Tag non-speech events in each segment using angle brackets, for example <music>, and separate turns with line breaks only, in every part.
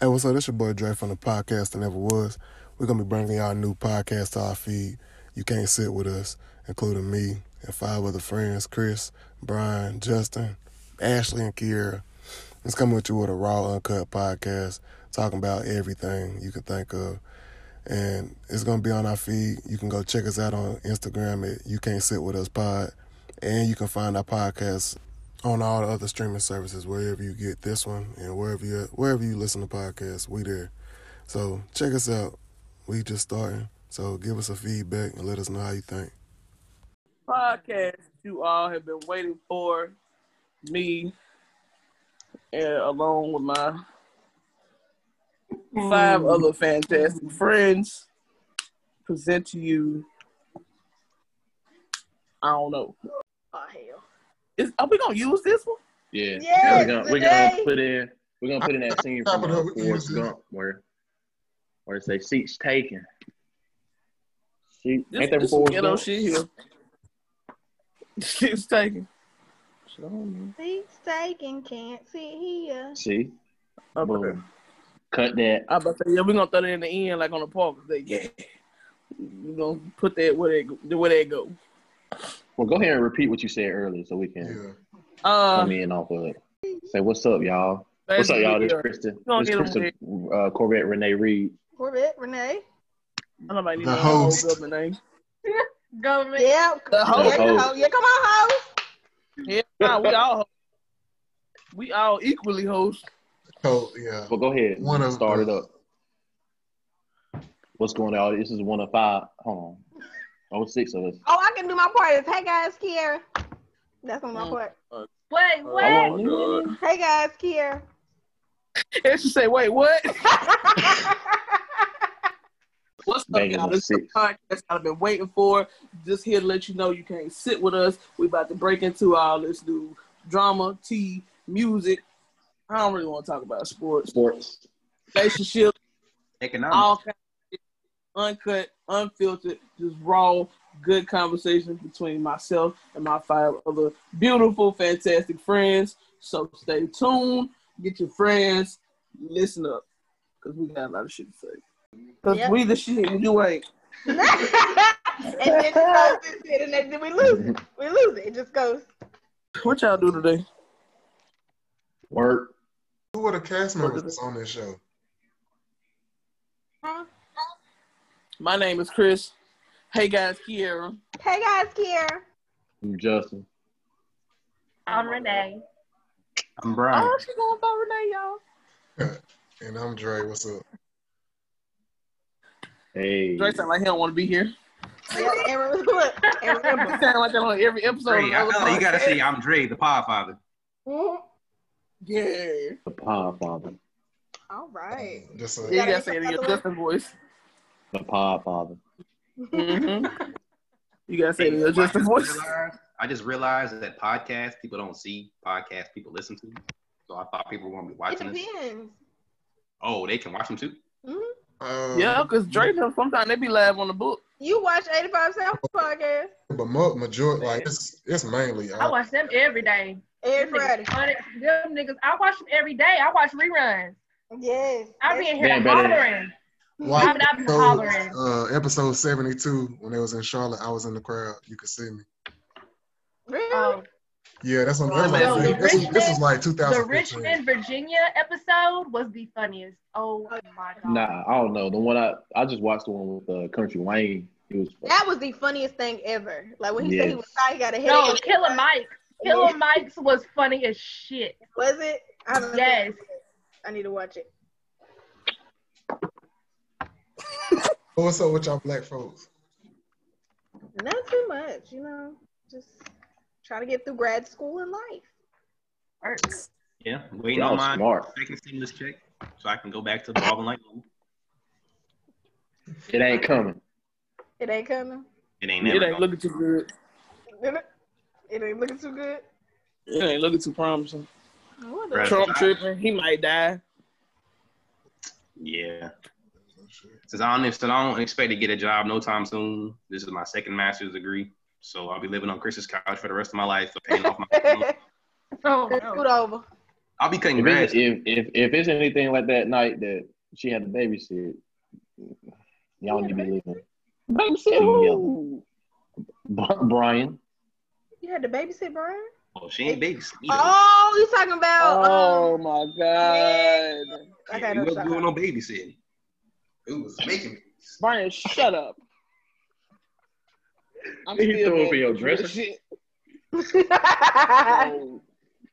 Hey, what's up? This your boy Dre from the podcast that never was. We're gonna be bringing y'all a new podcast to our feed. You can't sit with us, including me and five other friends: Chris, Brian, Justin, Ashley, and Kiera. It's coming at you with a raw, uncut podcast talking about everything you can think of, and it's gonna be on our feed. You can go check us out on Instagram at You Can't Sit With Us Pod, and you can find our podcast on all the other streaming services wherever you get this one and wherever you wherever you listen to podcasts we there so check us out we just starting so give us a feedback and let us know how you think
podcast you all have been waiting for me and along with my five other fantastic friends present to you I don't know.
Oh hell.
Is, are we gonna use this one?
Yeah.
Yes,
we're gonna, we're
today.
gonna put in we're gonna put in that scene from
Top of
uh,
the-
Forrest Gump where where it say seats taken. Seat,
This,
ain't that
this some
Forrest
ghetto
Gump?
shit here. Shit's taken. Shit, I don't
Seats taken, can't sit here.
See,
know. Okay.
boom. Cut that.
I about to say, yeah, we're gonna throw that in the end, like on the park. Like, yeah, we're gonna put that where they go, where they go.
Well, go ahead and repeat what you said earlier so we
Yeah.
can
Uh,
come in off of it. Say what's up, y'all. What's up, y'all? This Kristen.
gonna
This
get 'em
Kristen uh, Corvette Renee Reed.
Corvette, Renee.
Nobody need
The
to know whole
host.
government name.
government.
Yeah.
The host.
Yeah, the host. yeah, come on, host.
Yeah, nah, we all host. we all equally host.
So yeah.
But go ahead.
One of
start it
the-
up. What's going on? This is one of five. Hold on. Oh, six of us.
Oh, I can do my part. It's, hey guys, Kiera. That's on my
Mm.
part.
Wait,
Oh,
what?
my God.
Hey guys, Kiera.
And she say, "Wait, what? What's up,
Banging
y'all?
the
This is the
six.
podcast I've been waiting for. Just here to let you know you can't sit with us. We about to break into our let's do drama, tea, music. I don't really want to talk about sports,
Sports.
relationships."
Economics.
all kinds of shit, uncut, unfiltered, just raw, good conversation between myself and my five other beautiful, fantastic friends. So stay tuned, get your friends, listen up, because we got a lot of shit to say. Because
Yep.
we the shit, and you ain't.
<laughs> and then it goes this shit, and then we lose it. We lose it. It just goes.
What y'all do today?
Work.
Who were the cast members that's on this show?
My name is Chris. Hey guys, Kiera.
Hey guys, Kiera.
I'm Justin.
I'm Renee.
I'm Brian.
she's Oh, going by Renee, y'all.
And I'm Dre. What's up?
Hey.
Dre sound like he don't want to be
<laughs>
here.
Yeah, <laughs> and remember, and
He
remember.
sound like that on every episode.
Dre, I
of the
feel like you gotta
podcast.
say I'm Dre, the Podfather.
Mhm.
Yeah.
The Pod Father.
All right.
Just a,
You gotta say it in your Justin voice.
The Pod Father.
hmm You gotta say the adjusted voice.
Mm-hmm. I just realized that podcasts people don't see, podcasts people listen to. So I thought people were gonna be
It
watching this.
depends.
Oh, they can watch them too.
Mhm.
uh,
Yeah, cause Drake sometimes they be live on the book.
You watch 85 South podcast
But mo- majority, like it's it's mainly.
Uh,
I watch them every day.
every Friday.
Them niggas, funny- them niggas, I watch them every day. I watch reruns.
Yes.
I be in
They
here
ain't better than-
hollering.
Why-
I mean, I be hollering.
uh, episode seventy two when they was in Charlotte, I was in the crowd. You could see me.
Really?
Oh,
Yeah, that's what.
Well,
That's what I'm
the
saying. This, was- this was
Richmond-
like
the
2015.
Richmond, Virginia episode was the funniest. Oh my god.
Nah, I don't know. The one I I just watched the one with uh, Country Wayne. It was
That was the funniest thing ever. Like when he said he
Yes.
was high, he got a headache.
No, Killer Mike. Killer Mike's was funny as shit.
Was it? I don't know.
Yes.
I need to watch it.
<laughs> What's up with y'all black folks?
Not too much, you know. Just try to get through grad school and life.
Yeah, I'm waiting
y'all
on my
smart.
second stimulus check so I can go back to balling like normal.
It ain't coming.
It ain't coming. <laughs>
It ain't
It
never.
ain't
gonna-
looking too good.
It ain't looking too
<laughs>
good.
It ain't looking too promising.
I wonder-
Right.
Trump tripping, he might die.
Yeah. Since I don't, since I don't expect to get a job no time soon, this is my second master's degree.
<laughs>
So I'll be living on Chris's couch for the rest of my life, paying off my.
It's
Oh,
screwed over.
I'll be cutting
If, it's-
grass.
if if if it's anything like that night that she had to babysit, y'all need to be leaving.
Babysit who?
Bri- Brian,
You had to babysit Brian?
Oh, she ain't big.
Oh, you talking about?
Oh
um,
my god.
I
yeah,
got
you
no shot.
wasn't doing no babysitting.
It was making me.
Brian, shut up. I'm
He
still
threw
mad
up in your
at you.
dresser?
Shit.
<laughs> I
Oh,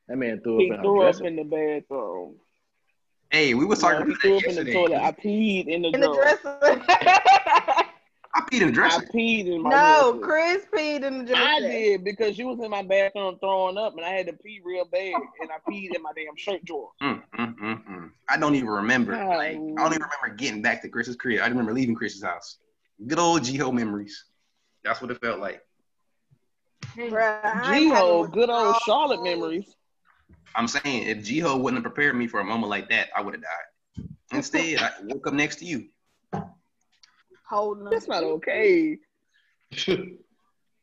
that man threw
He
up in her
threw up
dresser.
in the bathroom.
Hey, we was
No,
talking
he
about
threw
that
up in the
yesterday.
toilet. I peed in the,
in the
drawer. <laughs>
dresser.
I peed in the
I
dresser.
peed in my
no,
dresser.
Chris peed in the dresser.
I did because she was in my bathroom throwing up, and I had to pee real bad, and I peed in my damn shirt drawer.
Mm, mm, mm, mm. I don't even remember.
Oh.
Like, I don't even remember getting back to Chris's crib. I just remember leaving Chris's house. Good old G-Ho memories. That's what it felt like.
Bruh, I ain't
G-Ho,
having-
good old
Oh.
Charlotte memories.
I'm saying if G-Ho wouldn't have prepared me for a moment like that, I would have died. Instead, I woke up next to you.
Holding them.
That's not okay.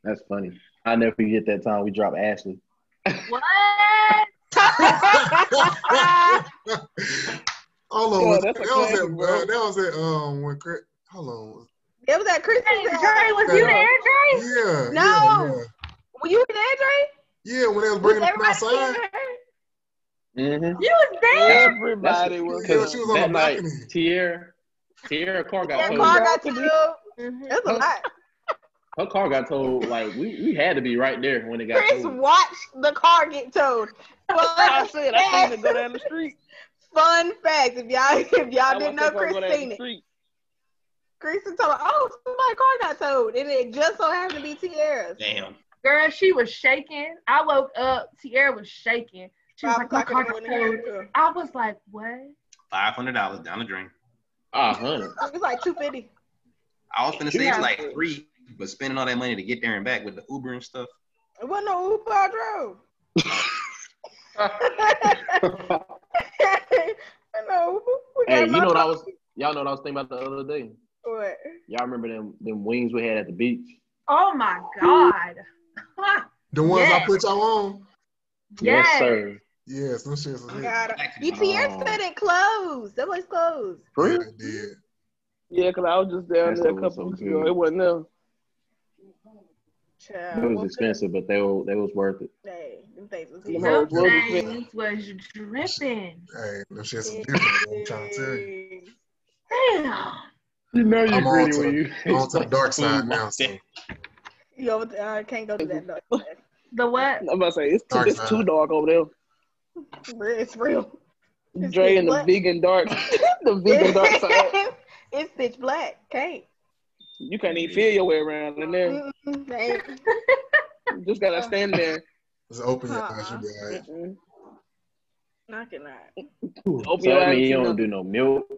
That's funny. I never forget that time we dropped Ashley.
What?
Hold on,
Yeah,
was-
that's a
that was
classic,
that.
bro.
Uh, that was that. Um, when Chris, hold on.
It was at Chris's
Hey, Dre,
house.
was you there, Dre?
Yeah.
No. Were you there, Dre?
Yeah, yeah. yeah when they was
Was
bringing them
everybody
outside.
there?
Mm-hmm.
You was there.
Everybody was
Yeah, she was on
that
the
night,
balcony.
Tierra, Tierra car got
That
towed.
car got
Balcony.
killed. It was a lot.
her car got towed. Like we, we had to be right there when it got
Chris
towed.
watched the car get towed.
I
Fun
said <laughs> I seen it go
fact.
down the street.
Fun fact. If y'all <laughs> if y'all
I
didn't
watched
know
that girl
Chris
go down
seen
the
it.
street.
Chris told her, oh, somebody's car got towed. And it just so happened to be Tierra's.
Damn.
Girl, she was shaking. I woke up. Tierra was shaking. She was
Five
like, my
o'clock
car
in the
got
morning.
towed.
It
I was like, what?
Five hundred dollars down the drain.
Ah, honey.
was like 250.
I was gonna say it's
Yeah.
like three, but spending all that money to get there and back with the Uber and stuff.
It wasn't no Uber I drove. no Uber. We got
Hey, you
my
know what I
car.
was? Y'all know what I was thinking about the other day.
What?
Y'all remember them them wings we had at the beach?
Oh my God. <laughs>
The ones I
Yeah.
put y'all on.
yes.
sir.
Yes, them shits was hit.
God.
Back to the-
UTR said it closed. That place closed.
Oh,
Yeah, it did.
Yeah, because I was just down
That
there
shit
a
was
couple
so
weeks
good.
ago. It wasn't there.
Child,
It was
what
expensive, but they were, they was worth it.
the- Hey, them things was
Them
Them
hoes was
things was dripping.
Hey, them shits was
big.
different. though, I'm trying to tell
<laughs>
you.
Damn.
You know
you're I'm on greedy to when
you.
I'm on to the dark side now. So.
You over there, I can't go to that dark side.
The what?
I'm about to say it's too,
Dark
it's
side.
too dark over
It's real.
there.
It's
Dre and the
<laughs> what?
vegan dark, <laughs> the vegan dark side.
<laughs> it's pitch black. Can't.
You can't even feel your way around in there.
Mm-mm, they ain't.
You just gotta stand there.
Just open your eyes, you'll
Uh-uh.
be all right.
Mm-mm.
No, I cannot.
Open
<laughs> So
your
I
eyes.
mean, you
you know.
don't do no milk.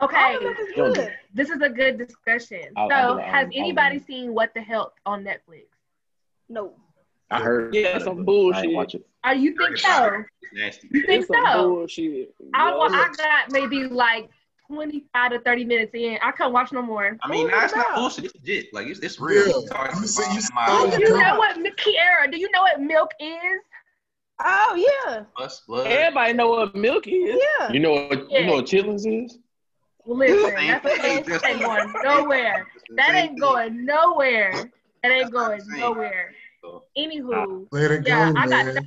Okay,
All of it's
Don't do
good.
this is a good discussion.
I'll- I'll do
so,
it. I'll-
has
I'll do
anybody
it.
seen What the Health on Netflix?
No.
I heard.
Yeah,
about it,
some
but I
bullshit.
ain't watch it.
Are you think
It's
so?
nasty.
You think
It's some
so?
bullshit.
I, wa-
Yeah.
I got maybe like 25 to that 30 minutes in. I couldn't watch no more.
I mean,
Ooh,
nah, it's
no.
not bullshit. It's legit. Like it's, it's real.
Yeah.
You talking
You see-
about
you see-
my
Oh,
Do
yeah.
you know what, Kiara, do you know what milk is?
Oh yeah,
bus, blood.
Everybody know what milk is.
yeah.
You know what? You know what Chitlins is?
Listen,
Same
that's
thing, just-
that ain't going nowhere. That
Same
ain't
thing.
going nowhere. That
That's
ain't
what I'm
going
saying.
nowhere.
So,
Anywho,
Let it
Yeah,
go,
I got
man.
that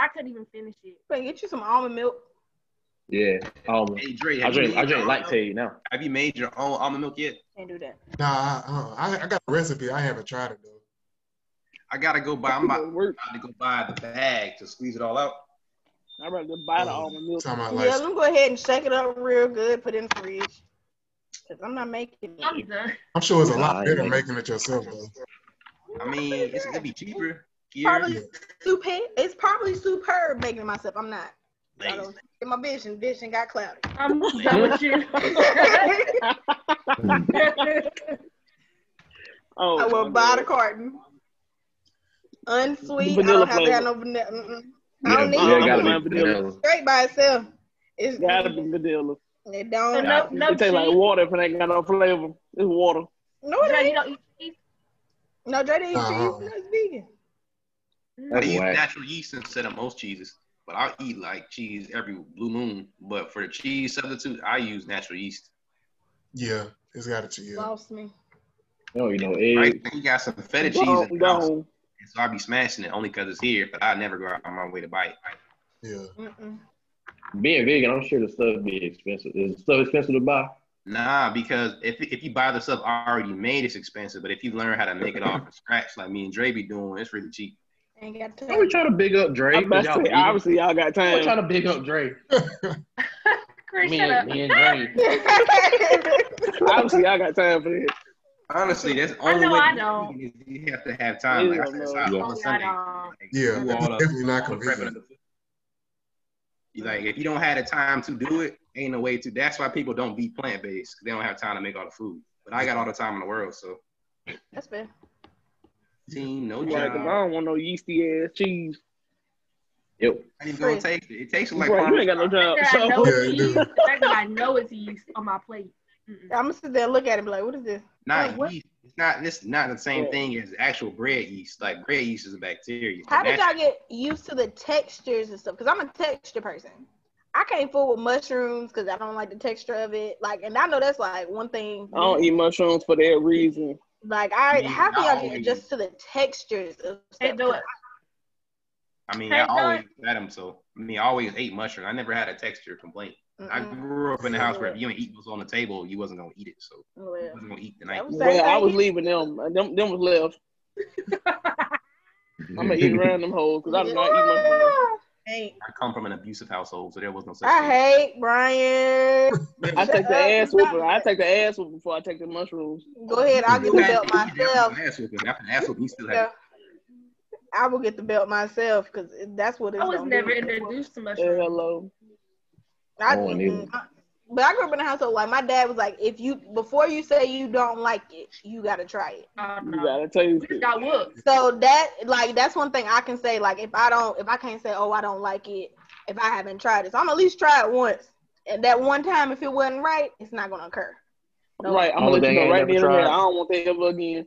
I couldn't even finish it.
Can get you some almond milk.
Yeah. Um,
Hey, Dre,
I
have you
drink. I drink
made your own-
<laughs>
lactaid now.
Have you made your own almond milk yet?
Can't do that.
Nah, I, uh, I, I got a recipe. I haven't tried it though.
I gotta go buy. I'm
I'm
about
about work.
about to go buy the bag to squeeze it all out.
I'd rather buy the
Oh,
almond milk.
Talking about
yeah,
like,
let me go ahead and shake it up real good. Put it in the fridge. Cause I'm not making
I'm
it.
done.
I'm sure it's a
Nah, I
lot
ain't
better
making-
making it yourself though.
I mean, it's, it'd be cheaper. Here,
Probably super. It's probably superb making it myself. I'm not. I don't get my vision. Vision got cloudy.
I'm <laughs> done
<laughs>
with you.
Oh,
I will
my
buy the
God.
carton. Unsweet. I
Vanilla
don't have to have no vanilla. mm-mm. I don't need
yeah,
it.
gotta
I'm
be.
vanilla.
vanilla.
Straight by itself. It's
Gotta be vanilla.
It don't.
no, no
it tastes like
cheese.
water if it ain't got no flavor. It's water.
No, it
Dre, you
ain't.
don't eat cheese?
No, Dre didn't eat cheese.
Uh-uh.
No, it's vegan.
I
That's
use
whack.
natural yeast instead of most cheeses. But I'll eat like cheese every blue moon. But for the cheese substitute, I use natural yeast.
Yeah, it's got to yeah.
Lost me.
No, you know,
Right?
egg.
You got some feta cheese
Go,
in the house.
go.
And So I be smashing it only because it's here, but I never go out of my way to buy it.
Yeah.
Mm-mm.
Being vegan, I'm sure the stuff be expensive. Is the stuff expensive to buy?
Nah, because if, if you buy the stuff already made, it's expensive. But if you learn how to make it all from scratch, like me and Dre be doing, it's really cheap.
Ain't got
Are we
time.
trying to big up Dre?
I'm about
'cause
to
y'all
say,
vegan?
obviously, y'all got
Why we
time.
trying to big up Dre.
Chris,
Me
shut up.
and, me and Dre.
<laughs>
obviously, y'all got time for this.
Honestly, that's the
I
only
know
way
I
to
know.
do it is you have to have time. Like I said, it's not
Yeah.
all of
Oh,
a Sunday.
God, um,
Like,
Yeah,
do all the-
definitely not
all the prepping of
convenient.
the food. You Like if you don't have the time to do it, ain't no way to. That's why people don't be plant based. They don't have time to make all the food. But I got all the time in the world, so
That's fair.
team, no
Right, 'cause
job.
I don't want no yeasty ass cheese.
<laughs> Yep.
I ain't gonna taste it. It tastes like
right, you ain't got no
Parmesan.
job.
that I
Oh, So,
know
Yeah,
it's
you do.
yeast. The fact that I know it's yeast on my plate. Mm-mm.
I'm gonna sit there and look at it and be like, what is this?
not
Like, what?
yeast. It's not. It's not the same
Yeah.
thing as actual bread yeast. Like bread yeast is a bacteria.
How did
That's-
y'all get used to the textures and stuff? Because I'm a texture person. I can't fool with mushrooms because I don't like the texture of it. Like, and I know that's like one thing.
<laughs> I don't eat mushrooms for that reason.
Like, I
Me,
how can
I
y'all get
always-
adjust to the textures of
Can't
stuff?
do it.
I mean, I
Hey,
always had them. So I mean, I always ate mushrooms. I never had a texture complaint. I
Mm-mm.
grew up in a house where if you ain't eat what's on the table, you wasn't gonna eat it. So you
Well,
wasn't gonna eat the
that
night.
was-
Well, I was
thing.
leaving them. Them, them was left. I'm gonna
<laughs>
eat around them hoes because I do not eat mushrooms.
Ain't.
I come from an abusive household, so there was no such
I
thing.
hate Brian.
I
Shut
take the
up,
ass
you
whooping.
not-
I take the ass whooping before I take the mushrooms.
Go ahead, I'll get the belt myself.
After an ass whooping, after an ass whooping, you still have
Yeah. I will get the belt myself because that's what it's
I was
gonna
never
be.
introduced to
Yeah,
mushrooms.
hello.
I,
I wouldn't either.
I- but I grew up in a household like my dad was like, if you before you say you don't like it, you gotta try it.
Oh,
You
no.
gotta taste
We just
it.
got whooped.
So that like that's one thing I can say. Like if I don't, if I can't say, oh, I don't like it, if I haven't tried it, so I'm at least try it once. And that one time, if it wasn't right, it's not gonna occur. No.
Right, I'm gonna
Only
let you
thing I
know
ain't
right
never
there. I
tried.
don't want that ever again.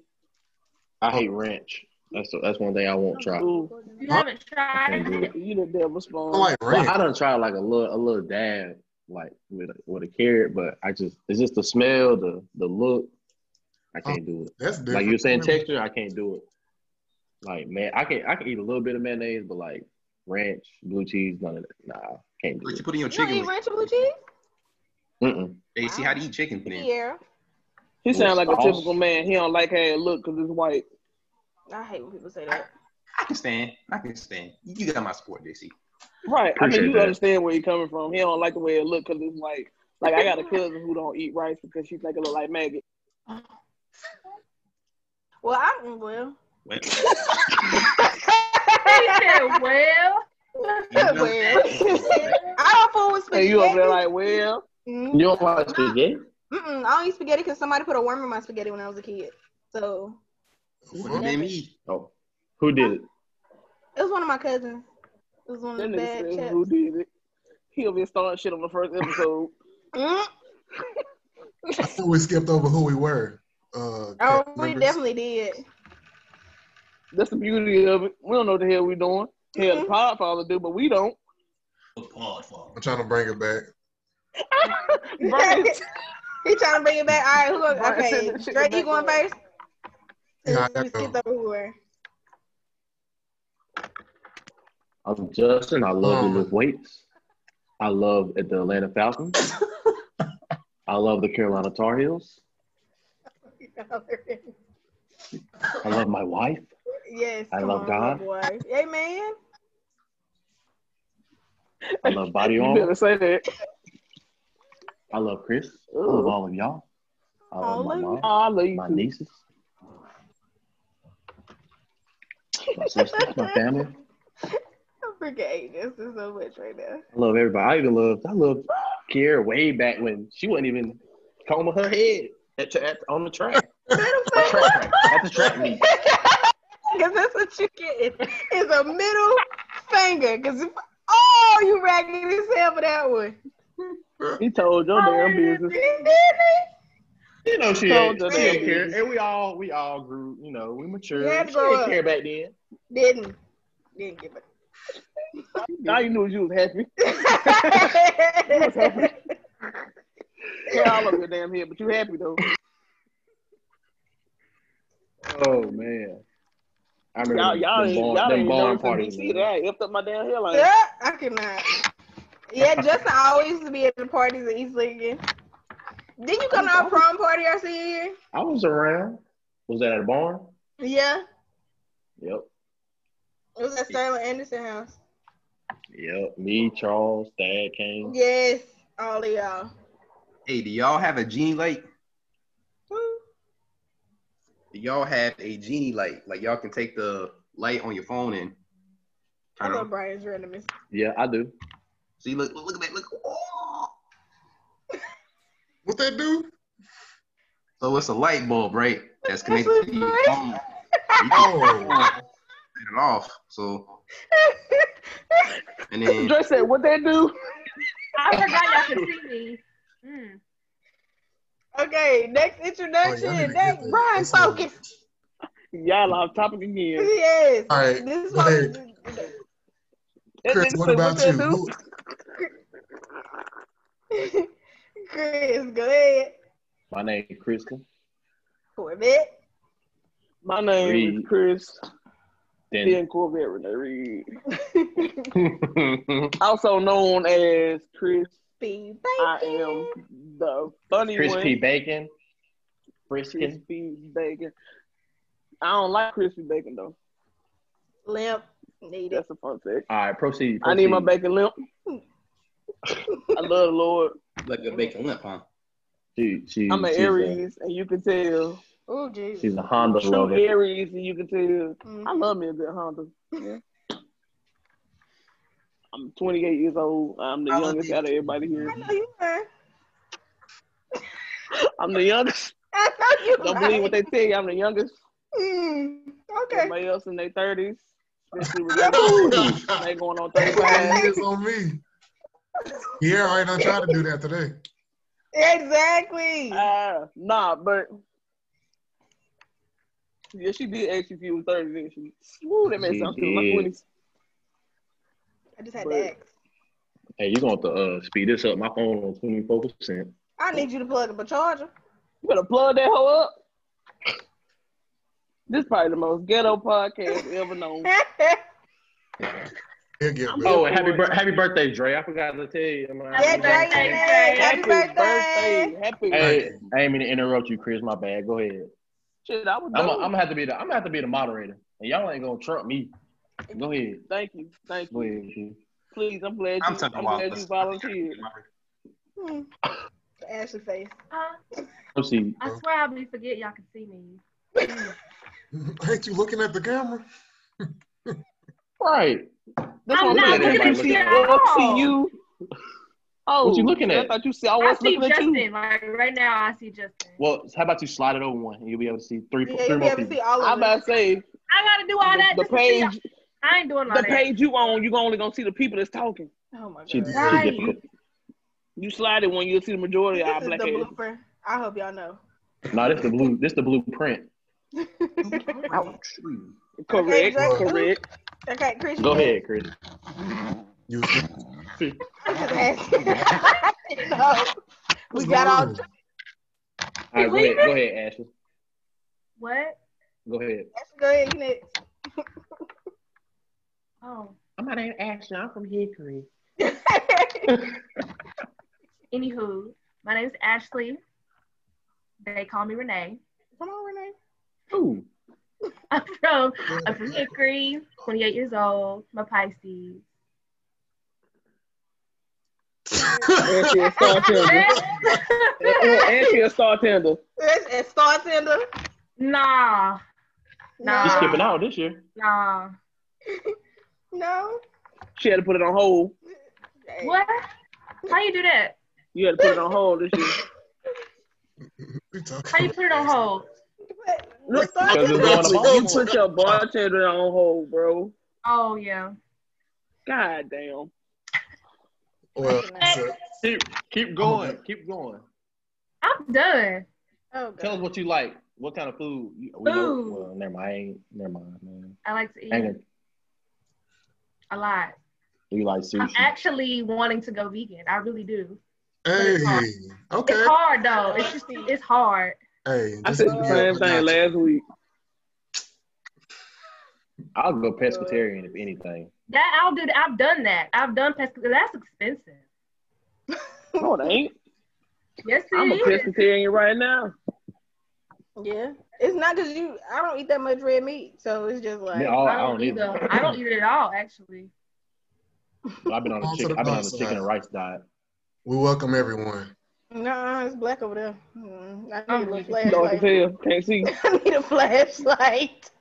I hate ranch. That's that's one thing I won't try.
Ooh,
You haven't tried
Mhm.
it.
you the devil spawn.
I like
Well, I
ranch.
done tried like a little a little dab like with a, with a carrot, but I just it's just the smell, the the look. I can't do it.
That's different.
Like you're saying texture, I can't do it. Like man, I can I can eat a little bit of mayonnaise, but like ranch, blue cheese, none of that. Nah, can't do
What you
it.
put in your
You don't
chicken
eat
wings?
ranch and blue cheese?
Mm-mm.
They see how to eat chicken then.
Yeah,
He sound like a
Sauce.
typical man. He don't like how it look because it's white.
I hate when people say that.
I can stand. I can stand. You got my support, JC.
Right. I
Appreciate
mean, you
that.
understand where he coming from. He don't like the way it look because it's like, like I got a cousin who don't eat rice because she think it look like maggot.
Well, I mm,
<laughs>
well. <laughs>
Well,
<laughs> He said, well,
well, <laughs> I don't fool with spaghetti.
And you over there like, well,
Mm.
You don't like spaghetti?
Mm-mm, I don't eat spaghetti because somebody put a worm in my spaghetti when I was a kid. So
wouldn't have been me.
Oh, who did it?
it was one of my cousins. It was one
that
of the bad
nigga said,
chaps.
who did it? He over there starting shit on the first episode.
Mm,
I think we skipped over who we were. Uh,
oh,
cast
we
members.
definitely did.
That's the beauty of it. We don't know what the hell we doing. Hell,
Mhm.
the Podfather do, but we don't.
I'm trying to bring it back.
Brian,
<laughs> he trying to bring it back. All right, who
Brian
going? Okay,
said that shit
Drake,
back
you going
up.
first?
Yeah, I
we skipped
got
over who were. <laughs>
I'm Justin. I love to
Um.
lift weights. I love at the Atlanta Falcons. I love the Carolina Tar Heels. I love my wife.
yes.
I
come
love
on,
God.
Boy. Amen.
I love body
you
armor.
better say that.
I love Chris. I love all of y'all. I love
All
my
of
mom,
I love you.
my
too.
nieces, my sisters,
<laughs>
my family.
I forget this is so much right
<laughs>
now.
I love everybody. I even love. I loved Kiera way back when she wasn't even combing her head at, at, on the track. At track, at the track meet.
<laughs> Because that's what you get is a middle finger. Because oh, you raggedy as hell for that one.
He told your damn business.
You know, she
Told you
had, she
that.
had care, and we all we all grew. You know, we
You had
matured.
to
She
grow
didn't
up.
care back then.
<laughs> Didn't didn't give it.
Now you knew you was happy. Yeah, all over your damn head, but you happy though. Oh man.
I
Y'all,
remember
y'all,
them
ain't,
barn-
y'all
them
ain't
barn
never parties,
parties,
see
man.
that. I effed up my damn hairline.
yeah, I cannot. Yeah, Justin always used to be at the parties in East Lincoln. Didn't you come to our prom party our senior year?
I was around. Was that at a barn?
Yeah,
Yep.
it was at Sterling Anderson house.
Yep. Me, Charles, Thad Kane.
Yes, all of y'all.
Hey, do y'all have a genie light? Do y'all have a genie light? Like y'all can take the light on your phone and
I
turn it
love
on.
Brian's randomness. <laughs>
Yeah, I do.
So you look, look at that, look. Oh.
What that do?
So it's a light bulb, right? That's
That's
connected to
what
your
it
phone. You can
Oh,
turn it off. So and then
Dre said, what that do?
I forgot y'all could see me. Mm.
okay, next introduction.
Oh, y'all need to get
next,
that.
Brian,
That's all.
focus.
Y'all off topic again.
Yes.
All right,
This is
go
what
ahead.
That
Chris,
nigga
what
said,
about
that
you?
do?
Who-
<laughs> Chris, go ahead.
My name is Kristen.
Corvette.
My name
Reed.
is Chris.
Then <laughs>
Then Corvette Renee Reed. also known as Chris.
Be
I
bacon.
am the funny one.
crispy bacon, brisket.
crispy bacon. I don't like crispy bacon though.
Limp. Need it.
That's a fun fact.
All right, proceed.
I need my
proceed.
<laughs>
bacon limp. I love the Lord.
like a bacon limp, huh?
She, she,
I'm an
she's, a,
Aries, and you can tell.
Oh, Jesus.
she's a Honda
True
lover.
Aries, and you can tell. I
Mhm.
love me a good Honda. Yeah. I'm 28 years old. I'm the
I love
youngest
you.
out of everybody here.
I know you are. <laughs>
I'm the youngest.
I know you
Don't
are.
believe what
<laughs>
they tell you. I'm the youngest.
Mm, okay.
Everybody else in their 30s. Especially with
Ooh.
they going on
Put the
35.
years on me. Yeah, I ain't not trying to do that today.
Exactly.
Uh, nah, but yeah, she did ask you if you was thirty. Didn't she? Woo, that made
She
sound in my
did.
twenties.
I just had
but-
to ask.
Hey, you gonna have to uh, speed this up? My phone on twenty four percent.
I need you to plug up a charger. <laughs>
You better plug that hoe up. This is probably the most ghetto podcast ever known.
He'll get better.
I'm
Oh,
Oh,
and happy bir- happy birthday, Dre! I forgot to tell you. I'm-
Yeah,
Happy
Dre,
birthday,
Dre.
Dre.
Happy birthday.
birthday. Happy
Hey, I ain't mean to interrupt you, Chris. My bad. Go ahead.
shit. I was
I'm
done.
gonna have to be the I'm gonna have to be the moderator, and y'all ain't gonna trump me. Go ahead.
Thank you, thank
Go
you.
ahead. Keith.
Please, I'm glad you.
I'm
I'm,
talking
glad you
about
volunteered.
Hmm. Ashley face.
Huh?
Proceed.
I swear I be forget y'all can see me.
<laughs> Ain't you looking at the camera?
Right.
That's
I'm
what
not
I'm saying. Everybody
looking at
looking
you
at
at
I see
all.
you. Oh,
What you looking
I
at?
thought you said I
I
was
see
Oh, looking at you.
Justin. Like right now, I see Justin.
Well, how about you slide it over one, and you'll be able to see three
Yeah, you
three
be
more
able to
people.
see all
I'm
of
about to
it.
say
I gotta do all
the,
that.
the
just to see
page
y'all. I ain't doing all
the
that.
page you on, you only gonna see the people that's talking.
Oh my
She, she
god.
Right.
difficult.
You slide it one, you'll see the
Oh,
majority of
This
our
is the
black ass.
blooper. I hope y'all know.
No, this the blue. This the blueprint.
Okay,
Correct,
Drake.
<laughs>
correct.
Okay, Christian.
Go ahead, Chris.
You
I'm just <laughs> asking. no. We got all
What's going
All right, go ahead. Go ahead, Ashley.
What?
Go ahead.
Ashley, go ahead, you next.
Oh,
I'm not Ashley, I'm from Hickory.
anywho, my name's Ashley. They call me Renee. <laughs>
Come on, Renee.
Ooh.
I'm from
on?
I'm from Hickory. 28 years old. My Pisces. <laughs>
Ashley a star tender. Ashley a star tender.
It's, it's Star Tender.
nah,
You
Nah.
skipping out this year.
nah.
No.
She had to put it on hold.
Hey.
What? How you do that?
You had to put it on hold this year.
<laughs> We talking
How you put it on hold?
Look, Star
Because
Tender.
it's going to
You
Baltimore.
put your bartender on hold, bro.
Oh yeah.
God damn.
Well, so,
Keep, keep going. Keep going.
I'm done.
Oh,
Tell us
God.
what you like. What kind of food? You, we know-
Food.
well, never mind. I ain't, never mind, man.
I like to
I ain't
eat
gonna-
a lot.
Do you like sushi?
I'm actually wanting to go vegan. I really do.
Hey, okay.
It's hard though. It's just it's hard.
Hey,
I
just
said
hit
the
me
same
up.
thing
I got you.
last week.
I'll go pescatarian if anything.
That I'll do. I've done that. I've done pesca. That's expensive.
No, it ain't.
Yes, it
I'm a
is.
pescatarian right now.
Yeah, it's not because you. I don't eat that much red meat, so it's just like.
No,
I don't eat
either.
them. I don't eat it at all, actually.
<laughs> I've been on a
Onto
chicken.
the
I've been on a
bright
chicken
side.
and rice diet.
We welcome everyone.
Nah, it's black over there. Mm, <laughs> I
I'm
need a
weak.
little
Dark as
flashlight.
hell. Can't see.
I need a flashlight. <laughs>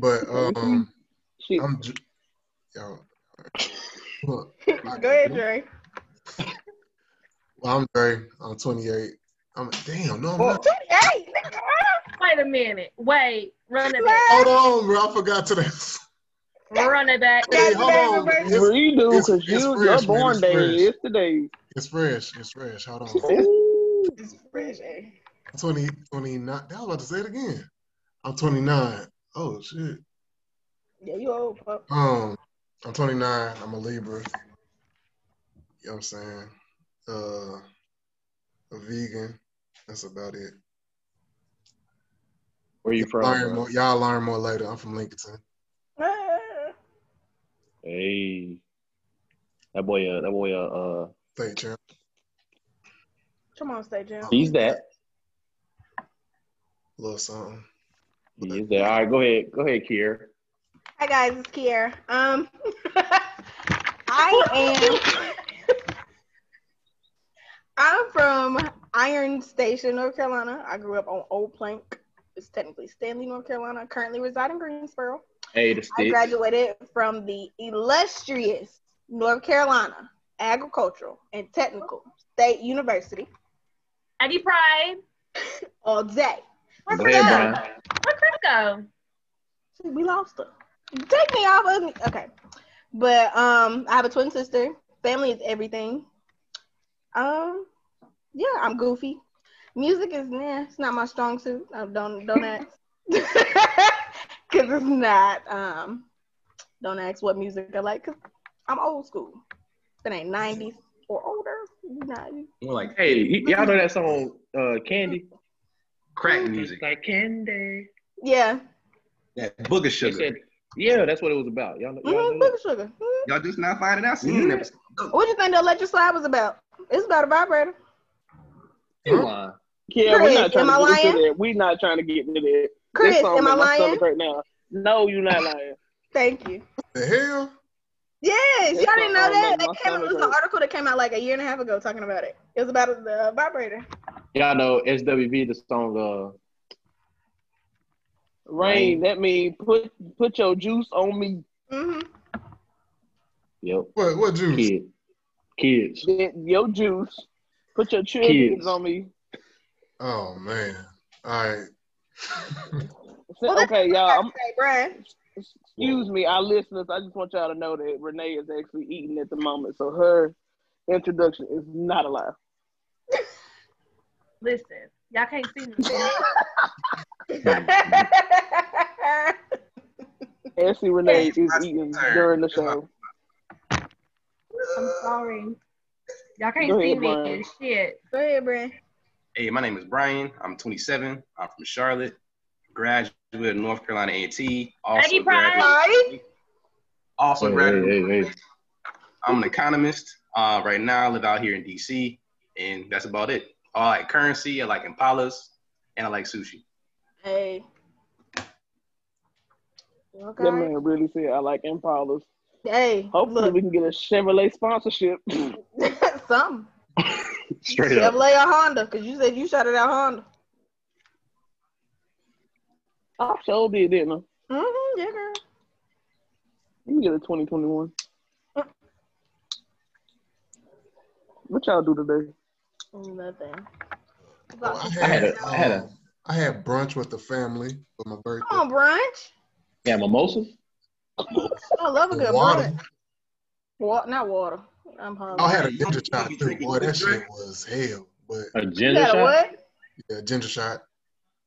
But um,
Shit.
I'm j- yo. Look, I-
Go ahead, Dre.
well, I'm Dre. I'm 28. I'm damn. No, I'm not.
Hey, nigga,
Wait a minute. Wait. Run it back.
what?
Hold on, bro. I forgot <laughs> to that.
Run it back.
Hey,
That's
hold on.
bad,
It's-
Redo,
it's-
because
it's
you, your
fresh, man,
born
it's
day
fresh.
is today.
It's fresh. It's fresh. Hold on.
Ooh.
It's fresh air.
20, 29. I was about to say it again. I'm 29. Oh shit.
Yeah, you old, pup.
Um, I'm 29. I'm a Libra. You know what I'm saying? Uh, a vegan. That's about it.
Where you
Learn
from? bro?
more, y'all learn more later. I'm from Lincoln.
Ah.
Hey, that boy. Uh, that boy. Uh, uh,
State champ.
Come on, stay Jim.
he's that.
Little something.
He's that. All right, go ahead. Go ahead, Kier.
Hi guys, it's Kiera. Um, <laughs> I am. I'm from Iron Station, North Carolina. I grew up on Old Plank. It's technically Stanley, North Carolina. I currently reside in Greensboro.
Hey, the
I
stick.
graduated from the illustrious North Carolina Agricultural and Technical State University. E
Aggie Pride.
All day.
Where
Go
Chris
ahead,
go? Where Chris go?
See, we lost her. Take me off of me. Okay. But um I have a twin sister. Family is everything. Um yeah, I'm goofy. Music is nah, it's not my strong suit. I don't don't ask. <laughs> Cause it's not. Um don't ask what music I like. Cause I'm old school. It ain't nineties or older. Nah, you-
More like
Hey, y- y'all know that song, uh, Candy?
crack
It's
music.
like Candy.
Yeah.
That booger
They
sugar.
said, yeah, that's what it was about. Y'all know. Y'all
Mm-hmm,
know
sugar. sugar. Mhm.
Y'all just not finding out. Seen
Yeah.
that.
What do you think the electric slide was about? It's about a vibrator.
that? You lying.
Yeah, we're not
Chris,
trying
am
to
I
get into
lying?
that. We're not trying to get into that.
Chris,
That song
am I
in my
lying?
stomach Right now. No, you're not lying.
Thank you.
The hell?
Yes,
That's
y'all didn't know
not
that.
like
That
my
came out, it was an
favorite.
article that came out like a year and a half ago talking about it. It was about the uh, vibrator.
Y'all know SWV, the song, uh,
Rain, that mean put put your juice on me.
hmm
yep,
What? What juice?
kid. Kids.
Then Your juice. Put your children's
Kids.
on me.
Oh man. All right.
Well, that's
okay, y'all. I'm,
Hey, Brian. <laughs>
excuse me, our listeners. I just want y'all to know that Renee is actually eating at the moment, so her introduction is not a lie.
Listen, y'all can't see me.
<laughs>
Actually, Renee is
my
eating
sister.
during the
It's my-
show.
I'm sorry. Y'all can't
Go
see
ahead,
me.
Brian.
Shit.
Go ahead, Brian.
Hey, my name is Brian. I'm 27. I'm from Charlotte. Graduate of North Carolina A&T.
Aggie
Also
Pride.
graduate.
Sorry.
Also
Hey,
graduate.
hey, hey, hey.
I'm an economist. Uh, right now, I live out here in DC, and that's about it. I like currency. I like impalas, and I like sushi.
Hey.
That
Okay.
man really said I like Impalas.
Hey,
Hopefully, we can get a Chevrolet sponsorship. <laughs>
look, <laughs> something.
Straight up.
Chevrolet or Honda, because you said you shouted out Honda.
I sure did, didn't I?
Mm-hmm, yeah, girl.
You can get a 2021.
Uh.
What y'all do today?
Nothing.
Well, I
I
had
had a- I had a-
um, I had brunch with the family for my birthday.
Come on, brunch.
Yeah, mimosas?
I love a
The
good
water.
brunch. Water, not water. I'm hungry.
Oh,
I had a ginger shot
You
too.
drinking
Boy, that
ginger
shit was hell. But
A
you
ginger
got a
shot?
what?
yeah, ginger shot.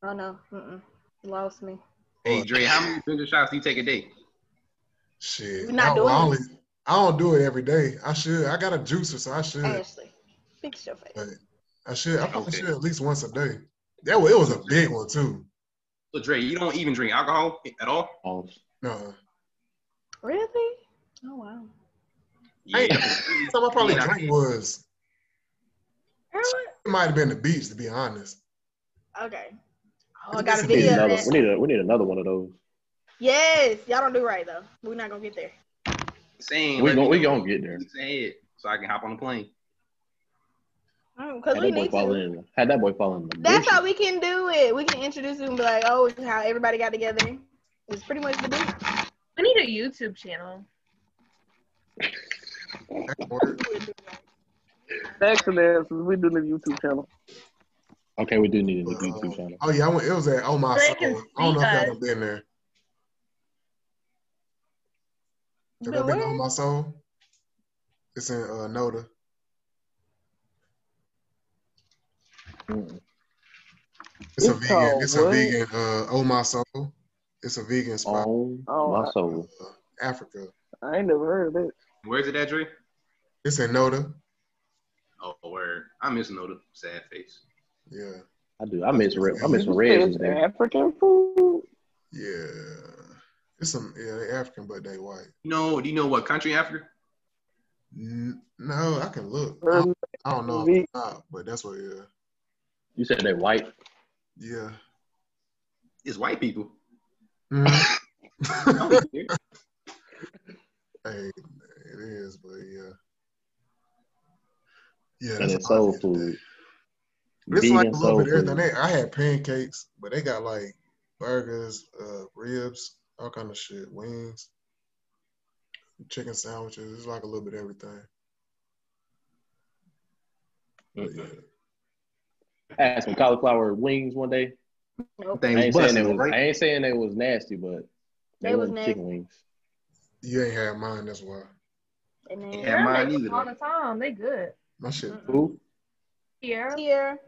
Oh no, Mm-mm. lost me.
<laughs> Hey, Dre, how many ginger shots do you take a day?
Shit.
We're not
I, well, I only
doing
I don't do it every day. I should. I got a juicer, so I should.
Ashley, fix your face.
But I should. I probably
Okay.
should at least once a day. That was, it was a big one too.
So Dre, you don't even drink alcohol at all?
Oh,
No,
Really? Oh wow.
I
Yeah.
ain't- time I probably
Yeah.
drank was
Really?
it might have been the beach to be honest.
Okay. Oh,
It's
I got a
we need
video
another.
of
We
that.
need, a, we need another one of those.
Yes, y'all don't do right though. We're not gonna get there.
Saying
We gon' we gonna get there.
ahead so I can hop on the plane.
Because
Had
we
that boy
need
fall
to.
in. Had that boy fall in. the
That's
bushes.
how we can do it. We can introduce it and be like, oh, it's how everybody got together. It's pretty much the deal.
We need a YouTube channel.
That could work.
Excellent. We do the YouTube channel.
Okay, we do need a new
Uh,
YouTube channel.
oh yeah, I went, it was at Oh My
They
Soul. I
can
don't know if
see
y'all
us.
done been there. Have
The
y'all been to
what?
Oh My Soul? It's in uh, Noda.
Mm.
It's, a
It's
vegan.
called
It's
what?
a vegan. Uh, oh My Soul. It's a vegan spot.
Oh,
Oh,
my
I-
soul.
Africa.
I ain't never heard of it.
Where's it at, Dre?
It's in Noda.
Oh, word. I miss Noda. Sad face.
Yeah.
I do. I miss red. I miss
You
when
said
Reds
it's
was there.
African food.
Yeah. It's some yeah, they African but they white.
You know, do you know what country Africa?
N- no, I can look. I
Or
don't, I don't know off the top, but that's what yeah.
You said they white.
Yeah. Mm-hmm.
It's white people.
<laughs>
Oh,
Mhm.
<laughs>
hey, it is, but yeah. Yeah,
And
that's
it's
all I
soul
did
food.
today. It's like a
Vegan
little
soul
bit of everything.
food.
They, I had pancakes, but they got like burgers, uh, ribs, all kind of shit, wings, chicken sandwiches. It's like a little bit of everything.
Mm-hmm.
But yeah.
I had some cauliflower wings one day. I
Thing
ain't saying
busting,
it was.
right?
I ain't saying it was nasty, but they,
They was
wasn't chicken wings.
You ain't had mine, that's why.
And then
Yeah, mine
makes
either,
them all
though.
the time. They good.
My shit.
Mm-mm.
Who?
Here,
here.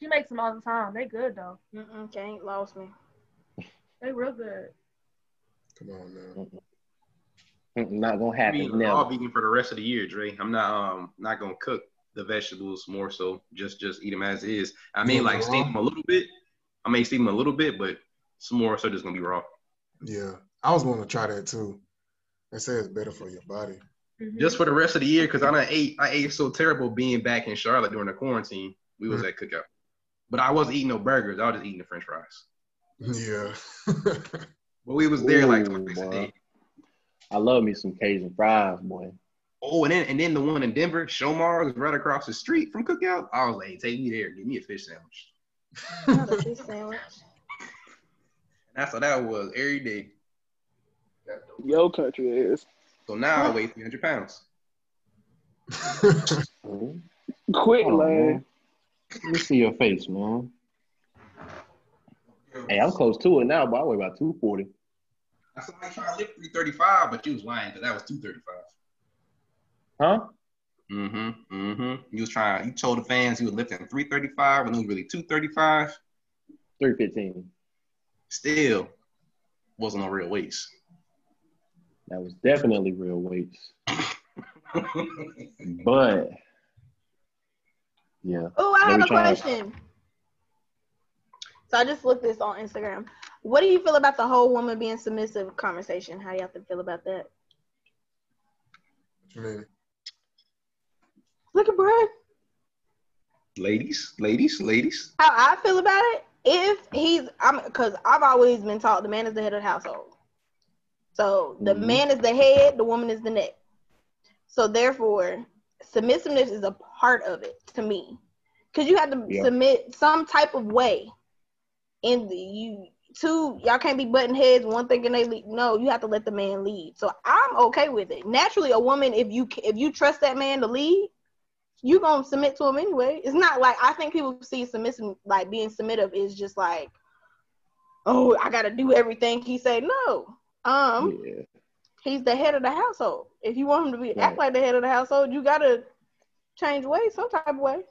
she makes them all the time. They good though.
Mm-mm, can't lost me.
They real good.
Come on now.
Mm-mm. Mm-mm, Not gonna happen.
Vegan, all
uh,
Never.
vegan for the rest of the year, Dre. I'm not um not gonna cook the vegetables more so just just eat them as is. I mean,
Yeah,
like steam
raw.
them a little bit. I may steam them a little bit, but some more so just gonna be raw.
Yeah. I was gonna try that too. They say it's better for your body. <laughs>
Mhm.
Just for the rest of the year, because I done ate I ate so terrible being back in Charlotte during the quarantine. We
Mm-hmm.
was at cookout, but I wasn't eating no burgers. I was just eating the French fries.
Yeah. <laughs>
But we was there like
Ooh,
twice a
boy.
day.
I love me some Cajun fries, boy.
Oh, and then and then the one in Denver, Shomar was right across the street from Cookout. I was like, take me there, give me a fish sandwich.
Not a fish sandwich.
And that's how that was every day. That's dope.
Yo country is.
So now I weigh 300 <laughs> pounds.
Mhm.
Quit
Hold on,
lying.
man. Let me see your face, man. Hey, I'm close to it now, but I weigh about 240.
I saw you trying to lift 335, but you was lying because that was 235.
Huh?
Mm-hmm. Mm-hmm. You was trying, you told the fans you was lifting 335 when it was really 235.
315.
Still wasn't on real weights.
That was definitely real weights.
What's
But yeah.
Oh, I have
Let me
a
try it.
question. So I just looked this on Instagram. What do you feel about the whole woman being submissive conversation? How y'all feel about that?
I mean,
Look at Brad.
<laughs> ladies, ladies, ladies.
How I feel about it? If he's, I'm, because I've always been taught the man is the head of the household. So the
Mhm.
man is the head, the woman is the neck. So therefore, submissiveness is a part of it to me, because you have to
Yeah.
submit some type of way. And you two, y'all can't be butting heads. One thinking they lead. No, you have to let the man lead. So I'm okay with it. Naturally, a woman, if you if you trust that man to lead, you gonna submit to him anyway. It's not like I think people see submissive like being submissive is just like, oh, I gotta do everything he say. No, um,
yeah.
he's the head of the household. If you want him to be
Right.
act like the head of the household, you gotta change ways some type of way.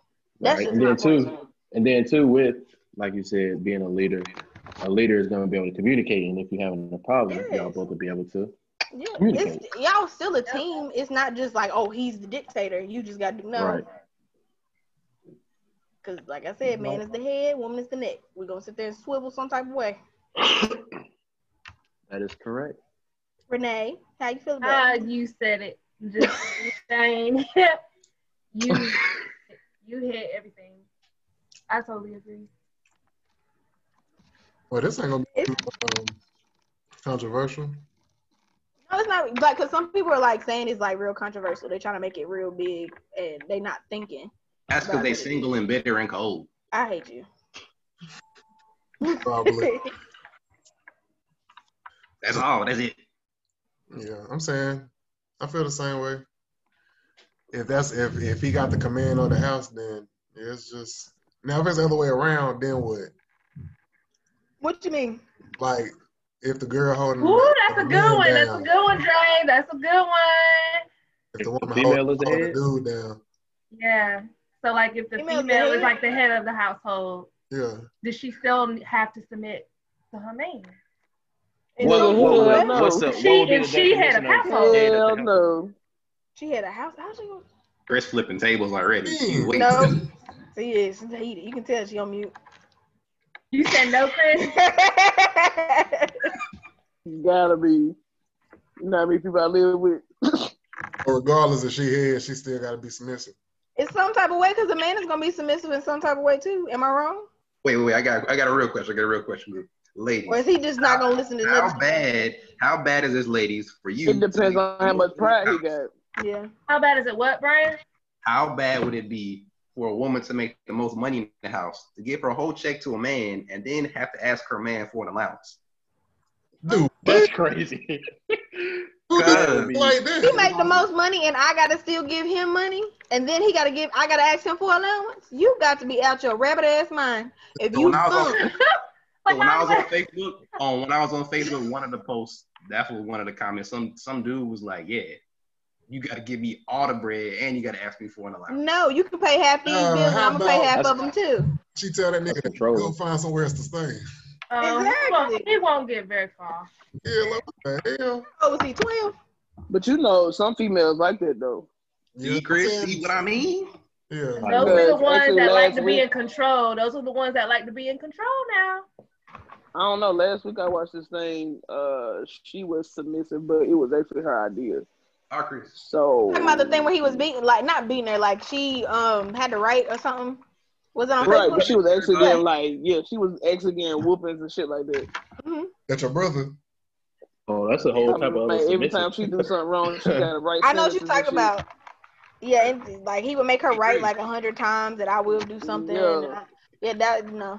That's
Right.
just
And
my
then
point.
too, and then too with like you said, being a leader, a leader is gonna be able to communicate and if you're having a problem,
Yes.
y'all both will be able to
Yeah,
Communicate.
it's, y'all still a team. It's not just like, oh, he's the dictator. You just got to know.
Right.
Cause like I said, man is the head, woman is the neck. We're gonna sit there and swivel some type of way.
That is correct.
Renee, how you feel about
Ah, you said it. Just saying. <laughs> you you hit everything. I totally agree.
Well, this ain't gonna be
it?
too um, controversial.
No, it's not like because some people are like saying it's like real controversial. They're trying to make it real big and they not thinking.
That's because they single and bitter and cold.
I hate you. <laughs>
Probably.
That's all. That's it.
yeah, I'm saying, I feel the same way. If that's if if he got the command on the house, then it's just now if it's the other way around, then what?
what you mean?
Like if the girl holding,
Ooh,
the-
that's a
the
good
man
one. That's a
Mm-hmm. down,
good one, Dre. That's a good one.
If the
If the
woman
female
hold,
is the
hold the
head?
dude down,
Yeah. So like if the
Female's the
female is
head.
like the head of the household,
yeah.
does she still have to submit to her man?
Well,
What,
hell
what, what,
no.
what's up?
She-
what would be
if
the
she had a
definition of
household.
head
Hell
of the household?
no.
She had a house. How's she gonna
Chris flipping tables already. She
Mm.
waiting.
No. She is she's heated. You can tell she on mute. <laughs>
You said no, Chris.
You gotta be. You know how many people I live with?
Regardless if she head, she still got to be submissive.
it's some type of way because a man is gonna be submissive in some type of way too. Am I wrong?
Wait, wait, wait. I got, I got a real question. I got a real question, ladies.
Or is he just not gonna listen to
How
nothing?
bad? How bad is this, ladies, for you?
It depends on how much pride he got.
Yeah.
How bad is it? What, Brian? <laughs>
How bad would it be for a woman to make the most money in the house, to give her whole check to a man, and then have to ask her man for an allowance?
Dude,
That's crazy.
who do
gotta
that
be.
like
He
that?
make the most money, and I gotta still give him money, and then he gotta give. I gotta ask him for allowance. You got to be out your rabbit ass mind. If
So
you
when I was on-
thumb,
So
Like,
when I
how
was on
bad-
Facebook, on when I was on Facebook, one of the posts, that was one of the comments. Some some dude was like, "Yeah, you got to give me all the bread, and you got to ask me for an allowance."
no, you can pay half these
Uh,
bills, and
how
I'm gonna pay
about-
half of them too.
She tell that nigga
That's
to
controlling.
go find somewhere else to stay.
Oh, he, won't, he won't get very far.
Yeah, like what the hell?
Oh, was he twelve?
But you know, some females like that though.
Yeah,
See, Chris,
I'm
see
saying-
what I mean?
Yeah,
Those are the
Because
ones
actually
that like
last
to be in control. Those are the ones that like to be in control now.
I don't know. Last week I watched this thing. Uh, she was submissive, but it was actually her idea.
Our Chris.
So
Talking about the thing where he was beating, like not beating her, like she um had to write or something. Was it on
right,
Facebook?
but she was actually
Yeah.
getting like yeah, she was actually getting whoopings and shit like that.
that's your brother.
Oh, that's a whole
I
type
mean,
of
like,
other
every
submission.
time she do something wrong, she
<laughs>
got to write.
I know what
sentences
you
and
talking
shit.
about. Yeah, and like he would make her write like a hundred times that I will do something.
Yeah.
Yeah, yeah that no,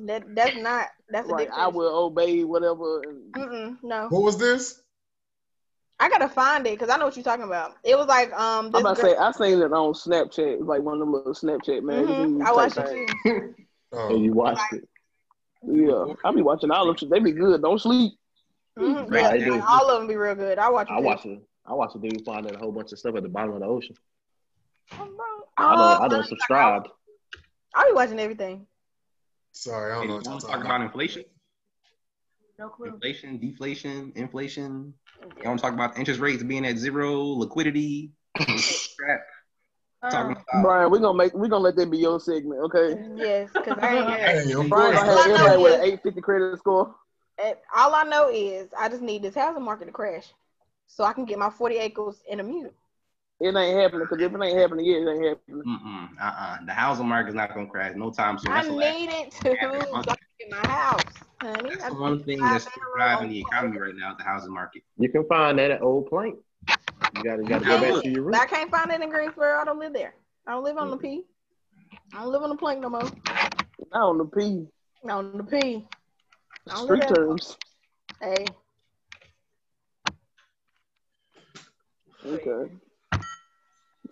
that that's not that's a
Right,
different.
I will obey whatever. and-
Mm-mm, no,
What was this?
I gotta find it because I know what you're talking about. It was like um. This
I'm about to
girl-
say I seen it on Snapchat, like one of them little Snapchat man.
Mhm, I watched it too.
<laughs> And
Oh,
you watched it.
Yeah, I be watching all of them. They be good. Don't sleep.
Mhm,
Right,
yeah,
I do.
all of them be real good. I watch.
I watched it. I watched a dude finding a whole bunch of stuff at the bottom of the ocean. I
Oh,
don't. I don't subscribe.
I be watching everything.
sorry, I don't
Hey,
know
you
what y'all
want to
talking
talk
about.
about inflation?
No clue.
Inflation, deflation, inflation. You want to talk about interest rates being at zero, liquidity, crap. Talking
Um,
about
Brian, we gonna make we gonna let that be your segment, okay?
Yes, because I ain't here.
<laughs>
Hey, of
Brian
course.
gonna have
Well, I know
everybody with
you.
an 850 credit score.
And all I know is I just need this housing market to crash so I can get my 40 acres in a mute.
It ain't happening because if it ain't happening yet, it ain't happening.
mm-mm, uh-uh. The housing market is not gonna crash no time soon.
I
That's the last.
need it to
Yeah, that's
so I can get my house, honey.
That's
I
the one thing that's still driving the economy right now. is The housing market.
You can find that at Old Plank. You gotta you gotta go back to your
But
roots.
I can't find it in Greensboro. I don't live there. I don't live on the P. I don't live on the plank no more.
Not on the P
Not on the P. I don't live
street
there.
terms.
Hey,
Okay.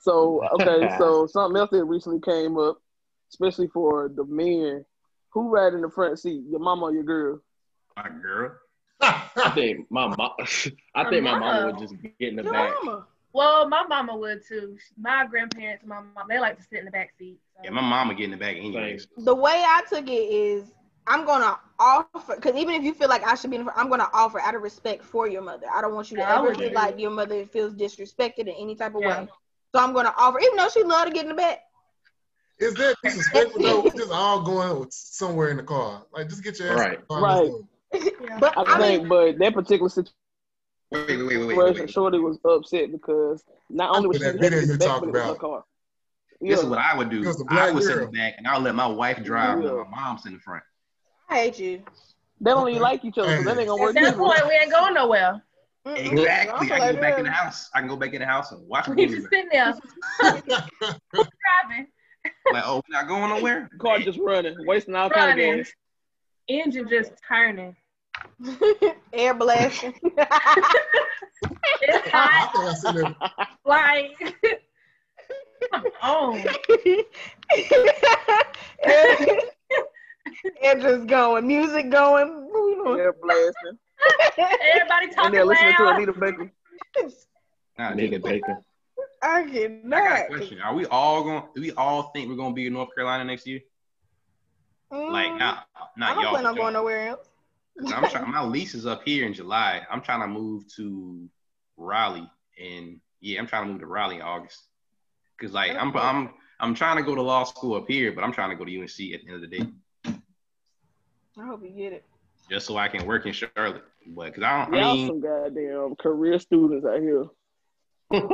So okay, so something else that recently came up, especially for the men. Who ride in the front seat? Your mama or your girl?
My girl.
<laughs>
I think my mom. <laughs> I think my mama would just get in the
your
back.
mama.
well, my mama would too. My grandparents, and my mom, they like to sit in the back seat. so-
Yeah, my mama get in the back anyways.
The way I took it is I'm gonna offer because even if you feel like I should be, in, I'm gonna offer out of respect for your mother. I don't want you to
Yeah, I
ever
would
feel
do.
like your mother feels disrespected in any type of
Yeah.
way. So I'm gonna offer, even though she loved to get in the bed.
Is that disrespectful though? We're just all going somewhere in the car. Like, just get your ass
Right.
in the car and let's
Right.
go.
Yeah.
But
I
I
think,
mean,
but that particular
Wait, wait, wait, wait, wait.
situation,
wait.
Shorty was upset because not only was she
That
having
video you
the back, but
talking
it was her
about.
car.
This is
Yeah.
what I would do.
Because the
I
black
would sit in
girl.
the back and I'll let my wife drive and
Yeah.
let my mom sit in the front.
I hate you.
They don't even like each other, so that ain't gonna work.
At that
either.
point, we ain't going nowhere.
Mm-mm.
Exactly. I can go back in the
Girl,
house. I can go back in the house and watch
<laughs>
We
movies.
just sitting there <laughs> driving,
like, oh, we're not going nowhere.
<laughs> Car just running, wasting all kind of
running,
gas.
engine just
like that.
turning.
<laughs> Air blasting.
It's
I
<laughs>
hot,
think I seen that.
like <laughs> oh, come on.
air, air just going, music going. What we doing?
Air blasting.
Everybody
And
talking
they're listening to
loud.
Anita Baker.
Nah,
Nigga
dude,
Baker.
I
I got a
cannot.
question. Are we all going? Do we all think we're gonna be in North Carolina next year? Like,
Mm,
nah,
I
not
don't
y'all.
plan on
y'all.
going nowhere else.
'Cause I'm trying. My lease is up here in July. I'm trying to move to Raleigh, and yeah, I'm trying to move to Raleigh in August. Cause like I'm I'm I'm trying to go to law school up here, but I'm trying to go to UNC at the end of the day,
I hope you get it.
just so I can work in Charlotte. But cause I don't. I
Y'all
mean,
some goddamn career students out here.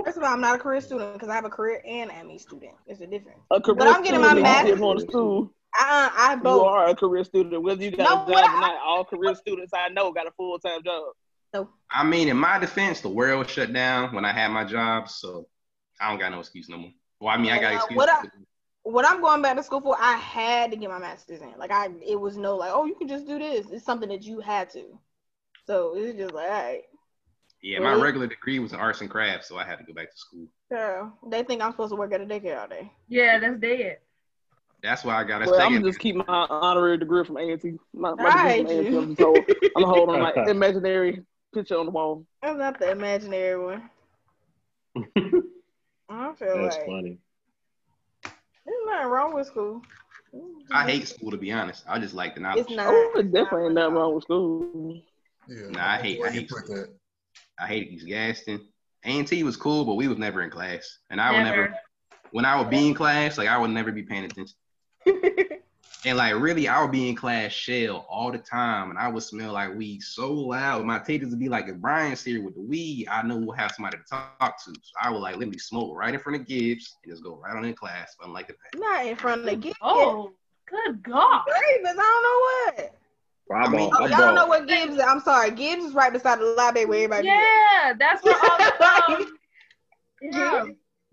First of all, I'm not a career student because I have a career and ME student. It's a difference.
A career
I'm getting my
student is
math-
still going to school.
I, I
You
both.
are a career student, whether you got
No,
a job
what
or
I-
not. All career students I know got a full time job.
I mean, in my defense, the world shut down when I had my job, so I don't got no excuse no more. Well, I mean, I got
Uh,
excuses.
what I- What I'm going back to school for, I had to get my master's in. Like I, it was no like, oh, you can just do this. It's something that you had to. So it's just like, all right,
yeah, my
Really?
regular degree was in arts and crafts, so I had to go back to school.
girl. They think I'm supposed to work at a daycare all day.
Yeah, that's dead.
That's why I got. That's
Well, I'm
taking-
just keep my honorary degree from ANT. My, my
Right.
degree from ANT. I'm, just hold, I'm holding
<laughs>
my imaginary picture on the wall.
That's not the imaginary
<laughs>
one. I feel
That's
like
funny.
there's nothing wrong with school.
I hate school to be honest. I just like the knowledge.
It's not.
Oh, it definitely ain't nothing wrong with school.
Yeah.
Nah, I hate-
Where
I
you
hate
put that.
I hated East Gaston. A&T was cool, but we was never in class, and I would never. When I would be in class, like I would never be paying attention. And like really, I would be in class shell all the time, and I would smell like weed so loud. My teachers would be like, "If Brian's here with the weed, I know we'll have somebody to talk to." So I would like literally smoke right in front of Gibbs and just go right on in class. But I'm like,
Not in front of Gibbs.
Oh, good God.
Ravens, I don't know what.
Well, I,
I mean-
bought,
Oh,
I
y'all
bought,
know what Gibbs is. I'm sorry. Gibbs is right beside the library where everybody is.
Yeah, that's what
<laughs>
all the um, yeah.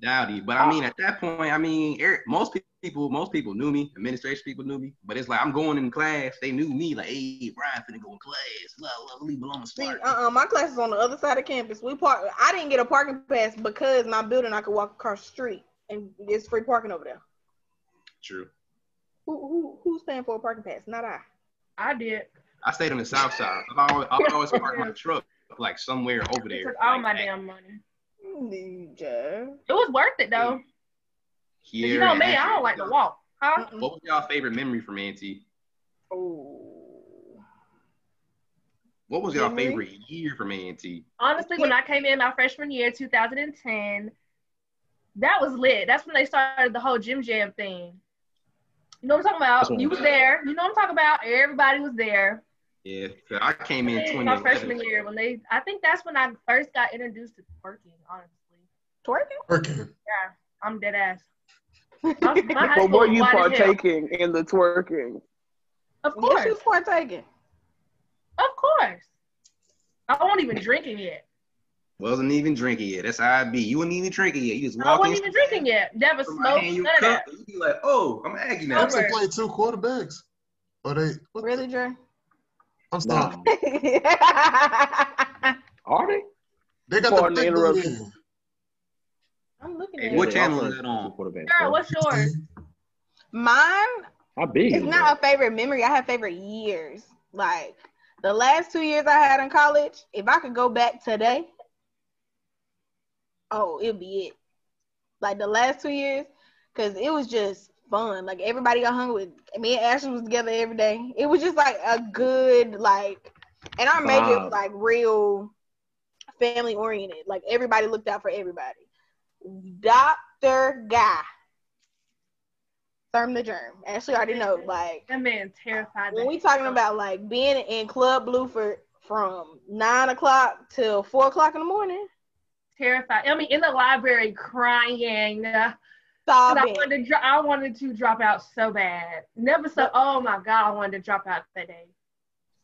Dowdy. But I mean, at that point, I mean, er- most pe- people, most people knew me. Administration people knew me. But it's like I'm going in class. They knew me. Like, hey, Brian finna go in class. Love, love, leave alone.
See,
Smart.
uh-uh, my class is on the other side of campus. We park. I didn't get a parking pass because my building I could walk across the street and it's free parking over there.
True.
Who who who's paying for a parking pass? Not I.
I did.
I stayed on the south side. I've always,
<laughs>
I've always parked my truck like somewhere over
It
there.
took all
like
my
that.
damn money.
Mm, Ninja.
It was worth it though.
Here
you know
and
me, I
Akron.
don't like to walk. Huh?
Uh,
What was y'all favorite memory from Auntie?
Oh.
What was y'all
Memory?
favorite year from Auntie?
Honestly, when I came in my freshman year, 2010, that was lit. That's when they started the whole gym jam thing. You know what I'm talking
That's
about?
when-
You was there. You know what I'm talking about? Everybody was there.
Yeah, 'cause I came in 20.
My freshman year, when they, I think that's when I first got introduced to twerking. Honestly,
Twerking?
Working.
yeah, I'm dead ass. My,
<laughs>
my high
But
school
were
was
you
wide as hell.
partaking in the twerking?
Of course,
Yes, she's partaking.
of course. I won't even drinking yet.
Wasn't even drinking yet. That's how I be. You wasn't even drinking yet. You just
I
walking.
wasn't even drinking yet. Never smoked.
you
None of that.
You be like, oh, I'm aggy now.
I'm still playing two quarterbacks. Or they. What
Really,
The,
<laughs>
Dre?
I'm
nah.
sorry.
I'm
Are they?
They got
Pardon
the big
the
booty
interruption.
in.
looking
Hey,
at
Yeah,
it.
what
they
channel
offered
is that on?
two quarterbacks,
Girl,
bro.
what's yours?
Mine
How big
It's
is
not
it?
a favorite memory. I have favorite years. Like the last two years I had in college, if I could go back today, oh, it'd be it. Like the last two years, because it was just fun. Like everybody I hung with, me and Ashley was together every day. It was just like a good like, and our major
Vibe.
was like real family oriented. Like everybody looked out for everybody. Doctor Guy, Therm the Germ. Ashley already know. Like
That man terrified.
when
the
we
heck
talking
out of
about like being in Club Blueford from nine o'clock till four o'clock in the morning,
me. terrified. I mean, in the library crying. 'Cause I
sobbing.
wanted, to dro- I wanted to drop out so bad. Never so. Oh my god, I wanted to drop out that day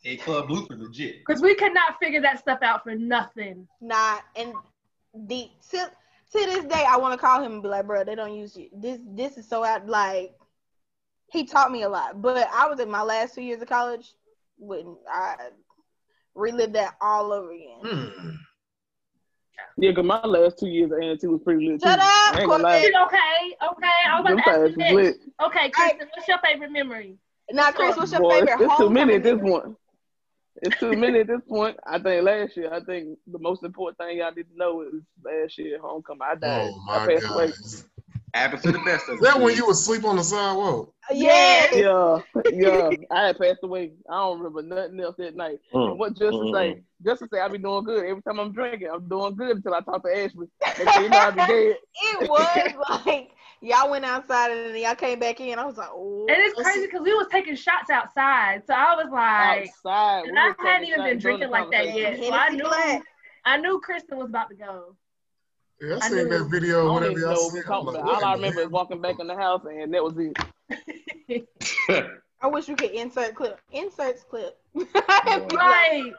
Hey, Club Blooper, legit.
because we could not figure that stuff out for nothing.
not and the to, to this day I want to call him and be like, bro, they don't use you. This this is so out like he taught me a lot, but I was in my last two years of college when I relived that all over again.
Mm.
Hmm.
Yeah, cause my last two years of A&T was pretty lit.
Shut
too.
up,
I ain't gonna lie.
Corbin.
Okay, okay. I was
Them
about to
fast
ask
was
you next.
lit.
Okay, Kristen, what's your favorite memory?
Now, Chris, what's your
Oh, Boy, it's-
favorite
It's too many
homecoming
at this
memory?
point. It's too many at this point. I think last year, I think the most important thing y'all need to know is last year homecoming. I died.
Oh
I
my
passed away.
God.
Happens to the best of
Is
us.
that when you would sleep on the sidewalk?
Yes.
Yeah,
<laughs>
yeah. I had passed away. I don't remember nothing else that night.
Mm,
And what just to say, just to say, I be doing good every time I'm drinking. I'm doing good until I talk to Ashley. Next thing you know, I be dead. <laughs>
It was like y'all went outside and then y'all came back in. I was like, oh.
And it's crazy because we was taking shots outside, so I was <laughs> like,
Outside.
and
we
I
was talking
hadn't even
shit
been
during the
drinking like that
conversation.
Hennessy
yet. Well, I knew,
black.
I knew Kristen was about to go.
Yeah, I
I
seen
knew.
that
I
video
don't
whenever
even know
y'all
what
seen
we
it. I'm
talking
like,
about.
what
All I
in
remember
the
is walking back in the house, and that was it.
I wish you could insert clip. Inserts clip.
<laughs>
<laughs>
Right.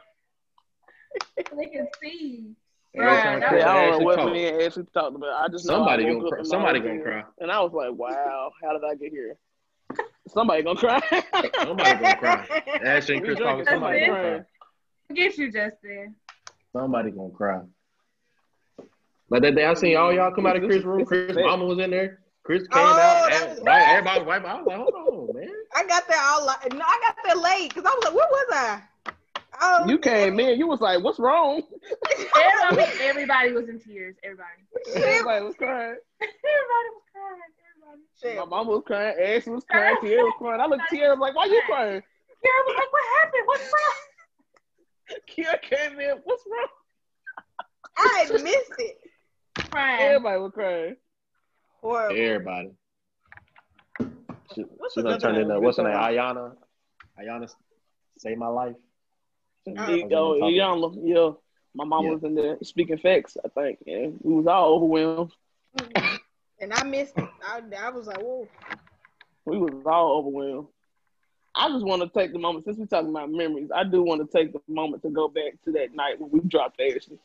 they can see.
Every time
Right.
I
Chris
don't know
Ashley
what
talk,
me and Ashley talked about. I just know I
somebody
woke
gonna
up
cry.
in my
Somebody
hotel,
gonna cry.
And I was like, wow, how did I get here? Somebody gonna cry. <laughs>
Somebody gonna cry. <laughs>
<laughs>
Ash and
We
Chris talking.
drinking,
Somebody
somebody
gonna cry.
Get you, Justin.
Somebody gonna cry. Like that day, I seen all y'all come out of Chris' room. Chris' mama was in there. Chris came
Oh,
out.
that
and-
was-
right, everybody was wiping. I was like, hold on, man.
I got there all like, no, I got there late because I was like, where was I? Oh,
you came in, you was like, what's wrong? <laughs>
Everybody, everybody was in tears. Everybody. <laughs>
Everybody was crying.
Everybody was crying. Everybody.
shit.
My mama was crying, Ashley was crying, Tierra was crying. I looked at Tierra I was like, why you crying? <laughs>
Kira was like, "What happened? What's wrong?"
Kiara came in, what's wrong?
I had missed it.
Crying.
Everybody was crying.
Horrible.
Everybody. She,
What's
she's gonna
another
turn
one
into
we've
what's her
been
name?
talking
Ayana. Ayana, save my life.
E-
I
oh,
was in there
Iyanla, yeah. My mama
Yeah.
was in there speaking facts, I think. Yeah. We was all overwhelmed.
And I missed it. I, I was like, whoa.
We was all overwhelmed. I just want to take the moment since we're talking about memories. I do want to take the moment to go back to that night when we dropped Ashley.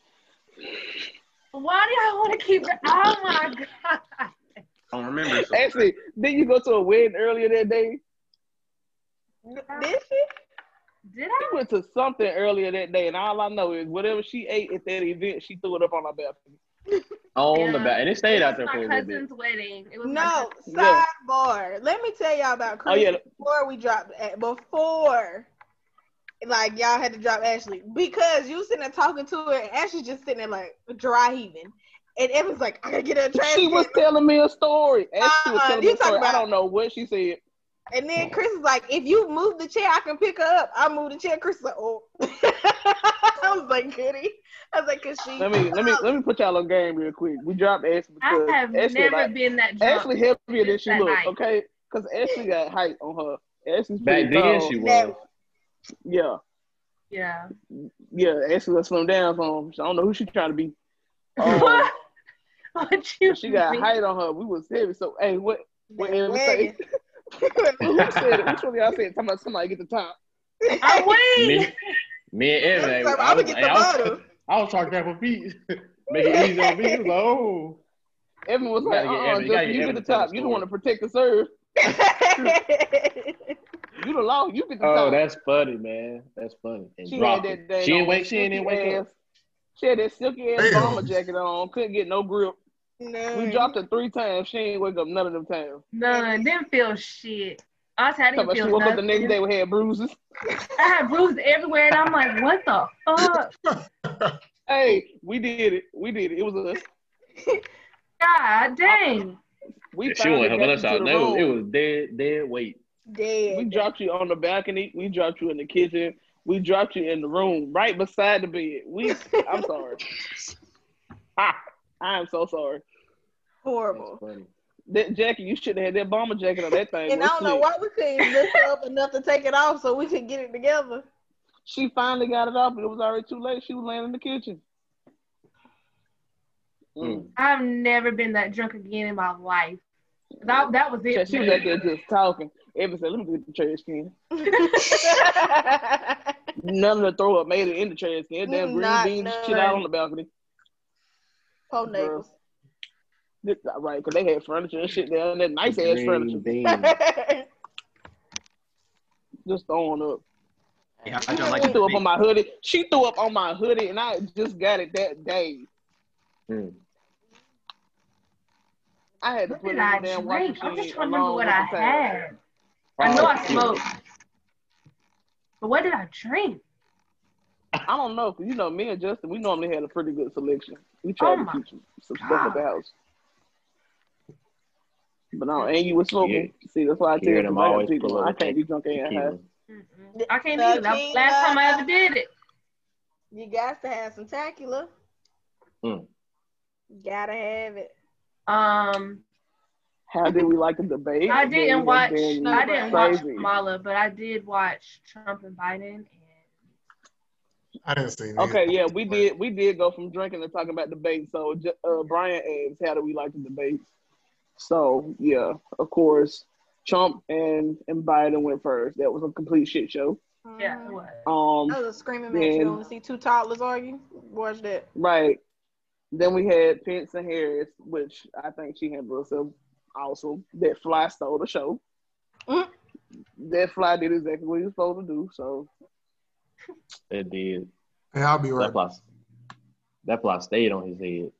Why do y'all want to keep? it? Oh my god.
I don't remember. So.
Actually, did you go to a wedding earlier that day?
Did she?
We
Did I?
went to something earlier that day, and all I know is whatever she ate at that event, she threw it up on our balcony.
On the
Yeah.
back, and it stayed out there
my
for a little bit.
cousin's wedding. It was my
No,
cousin's-
Yeah.
sidebar. Let me tell y'all about Chris
Oh, yeah.
before we dropped, A- before, like, y'all had to drop Ashley because you sitting there talking to her and Ashley just sitting there, like, dry heaving. And Evan's like, I gotta get her a trash
She
can.
was telling me a story. Ashley
Uh,
was
Uh-uh,
telling
you
me a story.
talking
I
about-
don't know what she said.
And then Chris is like, if you move the chair, I can pick her up. I move the chair. Chris is like, oh. <laughs> I was like, goody. I was like, cause she.
Let me let me let me put y'all on game real quick. We dropped Ashley because
I have
Ashley,
never
like,
been that drunk.
Ashley heavier than she
that
looked,
night.
okay? Because Ashley got height on her. Ashley's
Back
pretty
then,
tall.
she was.
Never.
Yeah.
Yeah.
Yeah, Ashley was slim down from. I don't know who she trying to
<laughs>
be. Um,
what you?
she got
mean?
height on her. We was heavy. So hey, what <laughs> what Em say? <laughs>
Wagon.
Who said it? Which one of y'all said talking about somebody get the top? <laughs>
I'm
<laughs>
Me,
weak.
me and
Chris
Evan,
is
I,
like,
I,
I'ma
was,
get
I,
the
was,
bottle.
I was trying to grab her feet, <laughs> make it easy on me. It was like, oh.
Evan was
You
like,
gotta
uh
get
uh
Evan- you
just
gotta
you,
get
get
Evan
the
to tell the
top. You don't
story.
want to protect the serve. <laughs> You the law, you get the
Oh,
top.
that's funny, man. That's funny. And
she had
dropped
that
it.
thing
She
on
didn't wake.
that
She didn't
silky
wake
ass.
up.
She had that silky ass
Damn.
bomber jacket on, couldn't get no grip.
<laughs> no.
Mm.
We dropped her three times. She ain't wake up none of them times.
None. Didn't feel shit. I said I
Talking
didn't
about she
feel
woke up the
nothing.
next day with had bruises.
I had bruises everywhere, and I'm like, what the fuck,
Hey, we did it. We did it. It was us.
god dang.
We
she wasn't
finally
helping
got
us
you to
out.
the
That was, it
room.
was dead, dead weight.
Dead.
We dropped you on the balcony. We dropped you in the kitchen. We dropped you in the room right beside the bed. We, I'm
<laughs>
sorry. Ah, I am so sorry.
Horrible.
That jacket, you should have had that bomber jacket on that thing.
And I
was
don't know
slick.
why we couldn't lift her up enough to take it off so we could get it together.
She finally got it off, but it was already too late. She was laying in the kitchen. Mm.
I've never been that drunk again in my life. That, that was
Mm.
it.
She was out there just talking. Evan said, "Let me get the trash can." None of the throw up made it in the trash can. Damn green
Mm, Not
beans
none.
shit out on the balcony.
Poor neighbors.
This, right, because they had furniture and shit down there. Nice ass furniture. <laughs>
Green bean.
Just throwing up.
Hey, how y'all
She
like
<laughs>
She
the
threw up
steak?
on my hoodie. She threw up on my hoodie, and I just got it that day.
Hmm.
Mm.
I had to
What
put it in
did
the
I
damn washing
drink?
machine.
I'm just trying to remember
along
what
with
I
the towel.
had. I know I
Fire.
smoked. But what did I drink?
I don't know, 'cause you know, me and Justin, we normally had a pretty good selection. We tried
Oh
to
my
keep some, some stuff at the house. But no, and you were smoking. See, that's why I tell
Hearing
you,
them
'cause I got
always
people.
pull up
I
with
can't
that
be drunk and high.
Tequila.
Mm-mm. I can't either. That was the last time I ever did it.
You got to have some tequila.
Mm.
Gotta have it.
Um,
How did we like the debate?
I
Then
didn't
it's
watch.
been
I didn't watch
crazy.
Kamala, but I did watch Trump and Biden. And
I didn't see neither.
Okay, yeah, we did. We did go from drinking and talking about debates. So Ju- uh, Brian asked, "How do we like the debates?" So yeah, of course, Trump and and Biden went first. That was a complete shit show.
yeah, it
Mhm.
was.
Um,
That was a screaming match. You
Then-
don't want to see two toddlers argue? Watch that.
Right. Then we had Pence and Harris, which I think she handled herself also. That fly stole the show.
Mm.
That fly did exactly what he was supposed to do. So
That did.
Hey, I'll be
That
right.
plot. That plot stayed on his head.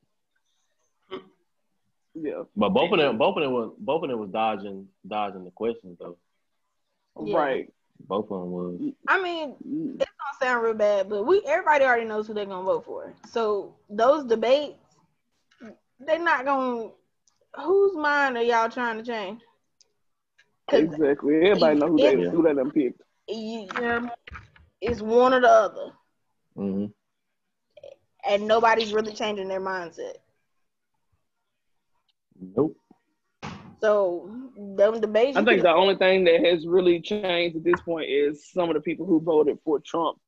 yeah,
But both of them, both of them was, both of them was dodging, dodging the questions though.
Yeah.
right.
Both of them was.
I mean, it don't sound real bad, but we everybody already knows who they're gonna vote for. So those debates, they're not gonna. Whose mind are y'all trying to change? Cause
Exactly. Everybody know who they
Yeah.
who they done picked.
you, it's one or the other,
hmm
and nobody's really changing their mindset.
Nope.
So them debates.
I
you
think
could-
the only thing that has really changed at this point is some of the people who voted for Trump.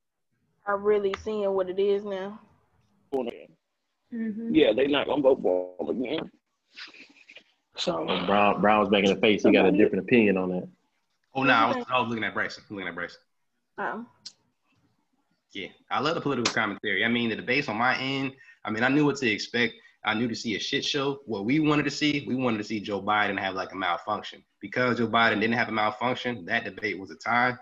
are really seeing what it is now.
Mm-hmm.
Yeah, they not gonna vote for him again. So
And Brown, Brown's making a face. He got a different opinion on that.
Oh no, I was, I was looking at Bryson. Looking at Bryson.
Um,
Yeah, I love the political commentary. I mean, the debates on my end. I mean, I knew what to expect. I knew to see a shit show. What we wanted to see, we wanted to see Joe Biden have like a malfunction. Because Joe Biden didn't have a malfunction, that debate was a tie.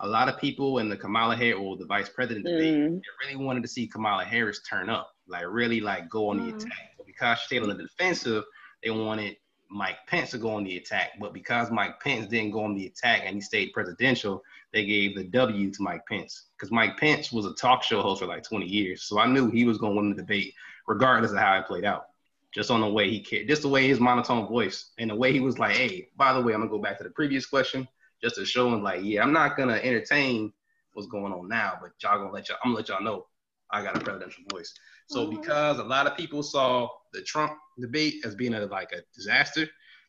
A lot of people in the Kamala Harris or the vice president debate,
mm,
they really wanted to see Kamala Harris turn up, like really like go on the
Mhm.
attack. But because she stayed on the defensive, they wanted Mike Pence to go on the attack. But because Mike Pence didn't go on the attack and he stayed presidential, they gave the W to Mike Pence because Mike Pence was a talk show host for like 20 years. So I knew he was going to win the debate regardless of how it played out. Just on the way he cared, just the way his monotone voice and the way he was like, hey, by the way, I'm going to go back to the previous question just to show him, like, yeah, I'm not going to entertain what's going on now, but y'all going to let y'all, I'm going to let y'all know I got a presidential voice. So
Mhm.
because a lot of people saw the Trump debate as being a, like a disaster,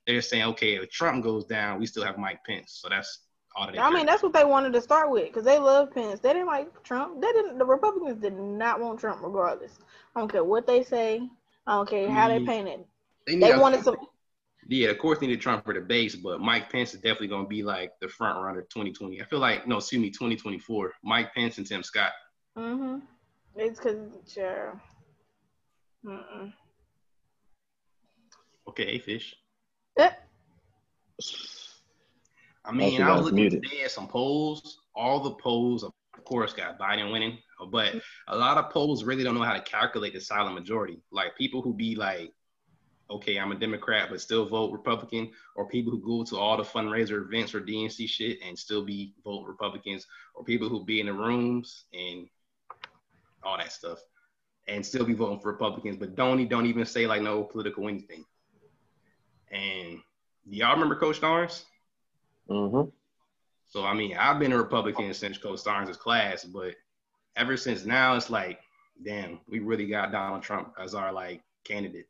they're saying, okay, if Trump goes down, we still have Mike Pence. So that's all that they
I
care
mean, that's what they wanted to start with because they love Pence. They didn't like Trump. They didn't. The Republicans did not want Trump, regardless. I don't care what they say. I don't care how
Mm-hmm.
they
Mm.
paint it.
They, need,
They wanted some.
Yeah, of course they need Trump for the base, but Mike Pence is definitely going to be like the front runner 2020. I feel like no, excuse me, 2024. Mike Pence and Tim Scott.
hmm It's because sure. Mm-mm.
Okay, hey, fish.
Eh,
I
she
mean, I
got
was looking
muted.
today at some polls. All the polls, of course, got Biden winning, but a lot of polls really don't know how to calculate the silent majority. Like people who be like, okay, I'm a Democrat, but still vote Republican, or people who go to all the fundraiser events or DNC shit and still be vote Republicans, or people who be in the rooms and all that stuff. and still be voting for Republicans, but don't e- don't even say like no political anything. And y'all remember Coach Starnes?
Mm-hmm.
So I mean, I've been a Republican since Coach Starnes' class, but ever since now, it's like, damn, we really got Donald Trump as our like candidate,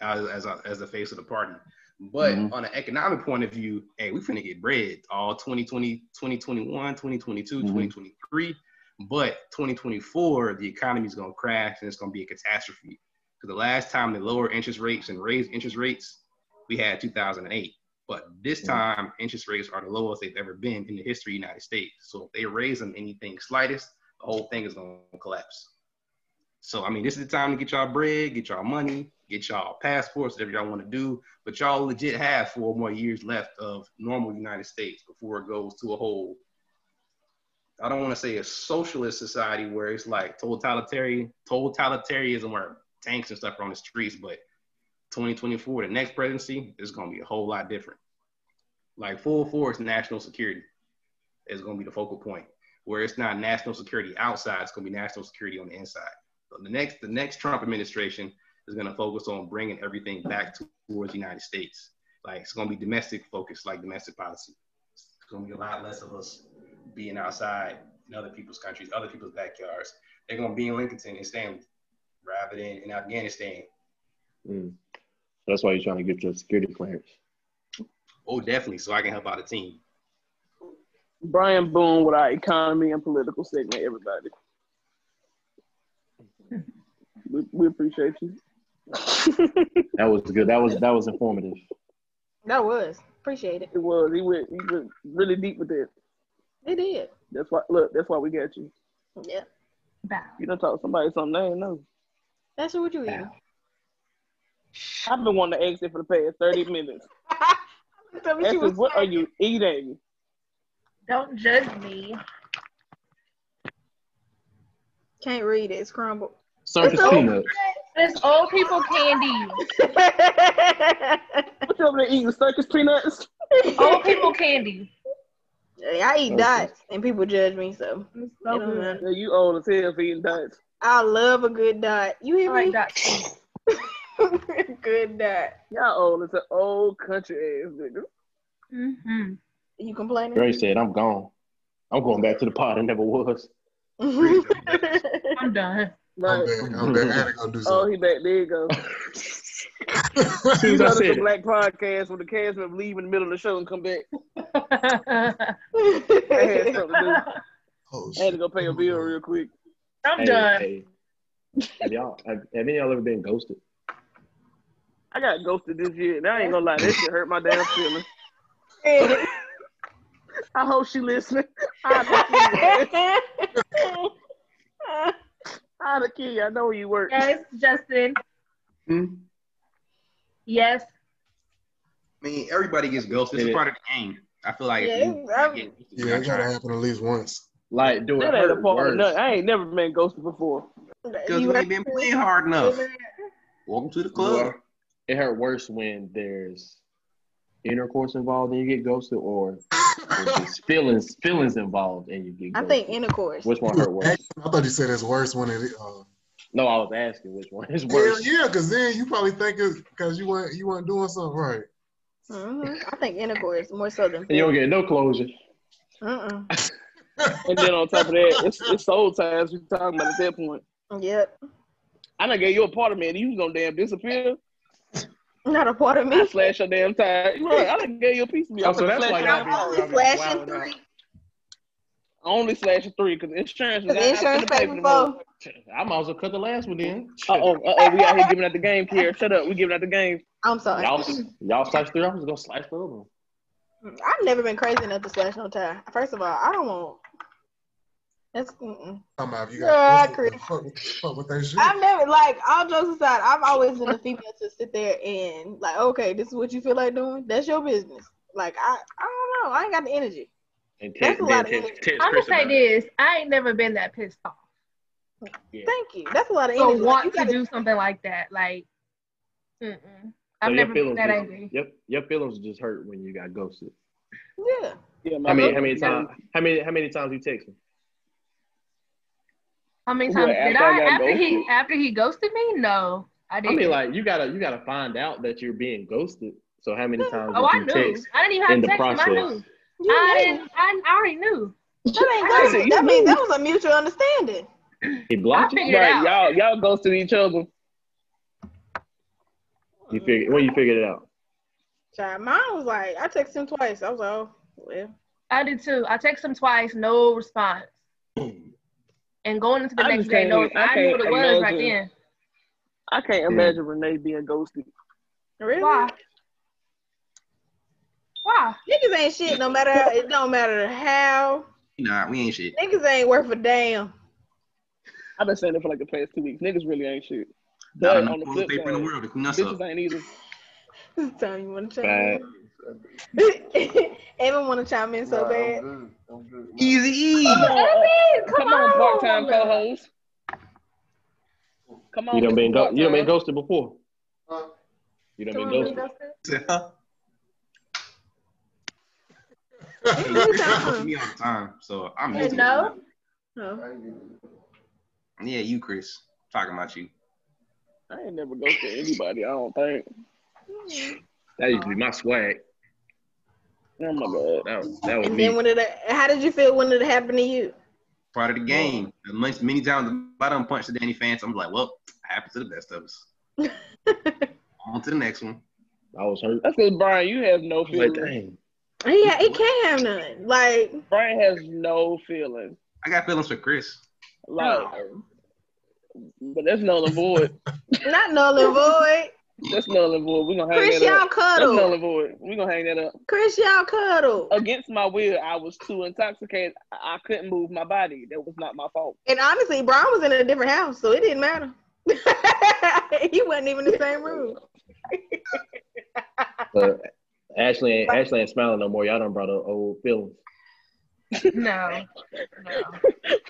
as as, our- as the face of the party. But
Mhm.
on an economic point of view, hey, we finna get bread all 2020, 2021, 2022,
Mhm.
2023. But 2024, the economy's gonna crash and it's gonna be a catastrophe. Because the last time they lowered interest rates and raised interest rates, we had 2008. But this
Mhm.
time, interest rates are the lowest they've ever been in the history of the United States. So if they raise them anything slightest, the whole thing is gonna collapse. So I mean, this is the time to get y'all bread, get y'all money, get y'all passports, whatever y'all want to do. But y'all legit have four more years left of normal United States before it goes to a whole. I don't want to say a socialist society where it's like totalitarian totalitarianism where tanks and stuff are on the streets, but 2024, the next presidency is going to be a whole lot different. Like full force national security is going to be the focal point where it's not national security outside, it's going to be national security on the inside. So the next the next Trump administration is going to focus on bringing everything back towards the United States. Like it's going to be domestic focused, like domestic policy. It's going to be a lot less of us being outside in other people's countries, other people's backyards. They're going to be in Lincoln and Stanley rather than in Afghanistan.
Mm. That's why you're trying to get your security clearance.
Oh, definitely. So I can help out the team.
Brian Boone with our economy and political segment, everybody. We, we appreciate you.
That was good. That was that was informative.
That was. Appreciate it.
It was. He went, he went really deep with that.
It did.
That's why, look, that's why we got you.
Yeah.
Bow.
You done taught somebody something they ain't know.
That's what you eating.
I've been wanting to ask it for the past 30 minutes.
I looked up at you
Essence,
was
what are you eating?
Don't judge me.
Can't read it. It's
<laughs>
crumbled.
Circus
It's over.
peanut.
It's old people candy.
I
What you over there eating? Circus peanuts?
Old people candy.
eat dots and people judge me, so
It's
it
so
don't matter.
good.
Yeah, you old as hell for eating dots.
I love a good dot. You
I
hear
like
me?
that.
<laughs> good dot.
Y'all old as an old country ass nigga.
Mm-hmm.
You complaining?
Gray said, I'm gone. I'm going back to the pot I never was.
<laughs>
I'm done. <laughs>
Right.
I'm back. I'm back. I had to go do
Oh,
something.
he back. There you
<laughs>
go.
As soon
<laughs> You
as
know,
I
this a
said it.
black podcast when the cast members leave in the middle of the show and come back. They
<laughs>
had something to do.
I'm
Oh,
I had to
shit.
go pay a
Oh,
bill
Lord.
real quick.
done.
Hey, hey. Have y'all have, have any of y'all ever been ghosted?
I got ghosted this year, and I ain't gonna lie, that shit hurt my damn feelings. I hope she listening. I'd
Um,
have killed you. I'd have killed you. I know where you work.
Yes, Justin.
Hmm?
Yes.
I mean, everybody gets ghosted. It's
Yeah.
part of the game. I feel like
Yeah,
if you
I'm-
get ghosted,
Yeah,
you
it
gotta
gotta
try.
happen at least once.
Like, do it
That ain't a
hurt
part of nothing.
worse?
I ain't never been ghosted before.
Because we ain't been playing hard enough. Welcome to the club.
Or It hurt worse when there's intercourse involved and you get ghosted, or when
<laughs>
there's feelings feelings involved and you get
I
ghosted.
think intercourse.
which one hurt worse?
I thought you said it's worse when it. Uh,
No, I was asking which one is
hell
worse.
yeah, because then you probably think it's because you weren't you weren't doing something right.
Mhm. I think intercourse more so than.
And you don't get no closure.
Mm-mm.
And then on top of that, it's, it's old times we talking about at that point.
Yep.
I done gave you a part of me, and you was gonna damn disappear.
Not a part of
I
me.
slash your damn tire. You Right, I done gave you a piece of me.
Oh, so that's
slash
<laughs>
why
your damn
y'all be
tire.
y'all be
Flashing
wilding out.
three.
I only slash a three because insurance.
Cause insurance paid for both.
I might as well cut the last one then.
Uh oh, uh oh, we out here giving out the game here. Shut up, we giving out the game.
I'm sorry.
Y'all, y'all slash through. I'm just gonna slash through them.
Mm, I've never been crazy enough to slash no tie. First of all, I don't want. That's. Mm-mm.
Talking about if you
Yeah,
got
Chris.
fuck, with- fuck with that shit.
I've never like all jokes aside. I've always been the female to sit there and like, okay, this is what you feel like doing. That's your business. Like I, I don't know. I ain't got the energy.
And
That's a lot of
text-
energy.
text
I'm gonna
Chris
say
about it.
this. I ain't never been that pissed off.
Yeah.
Thank you. That's a lot of
So
energy. Like,
want
you
to
gotta-
do something like that. Like, mm-mm.
So
I've
your
never been
feelings
that
just-
angry.
Yep, your feelings just hurt when you got ghosted.
Yeah.
Yeah, my
How many? How many times? How many? How many times you text me?
How many
What,
times did
after I
I?
got
After he
ghosted?
after he ghosted me? No, I
I
didn't.
mean, like you gotta you gotta find out that you're being ghosted So how many times
Oh, I
did
knew.
you text?
I didn't even
in
have
the
to text him. I
process.
knew.
You
I,
knew.
didn't, I, I already knew.
That ain't
I
good.
said,
you
that means
knew.
that was a mutual understanding.
He blocked
I
you.
figured it
Like,
out.
y'all, y'all ghost to each other. You figure when you figured it out.
Child, mine was like, I texted him twice. I was like, oh, well.
I did too. I text him twice, no response. And going into the
I
next
just
day, no,
can't- I
I knew
can't
what it was right
imagine.
then.
I can't imagine Renee being ghosted.
Really?
Why? Why?
Niggas ain't shit no matter it don't matter how.
Nah, we ain't shit.
Niggas ain't worth a damn.
I've been saying it for like the past two weeks. Niggas really ain't shit.
Not
But
enough
on the
toilet
flip
paper in the
side,
world to clean us up.
bitches ain't
<laughs>
either.
Tony, you wanna chime
Bad.
<laughs> in? Evan wanna chime in so bad.
Easy E.
Come on, uh,
Evan, come,
come on, part-time
on.
co-host. Come on,
You done
Mr.
been go- you done been
Part-Time.
ghosted before. You done been
Someone really
ghosted.
ghosted?
It's your
<laughs> Ghosting
time.
me all the time, so I'm
Hey,
used to it.
no.
Oh.
Yeah, you, Chris. Talking about you.
I ain't never ghosted anybody. I don't think.
That used to be my swag.
Oh my god.
That was, that was
And
me.
then when it how did you feel when it happened to you?
Part of the game. As much- Many times if I done punched the Danny fans, I'm like, well, happens to the best
<laughs>
of us. On to the next one.
I was hurt.
That's because Brian, you have no
I was like,
feelings.
dang.
He ha- he can't have none. Like
Brian has no feelings.
I got feelings for Chris.
Like, but that's null and void.
not null and void.
That's null and void. We're gonna hang
Chris
that up.
y'all
That's null
cuddle.
and void. We're gonna hang that up.
Chris y'all cuddle.
Against my will, I was too intoxicated. I I couldn't move my body. That was not my fault.
And honestly, Brian was in a different house, so it didn't matter. <laughs> he wasn't even in the same room.
But Ashley ain't, Ashley ain't smiling no more. Y'all done brought up old feelings.
No. No.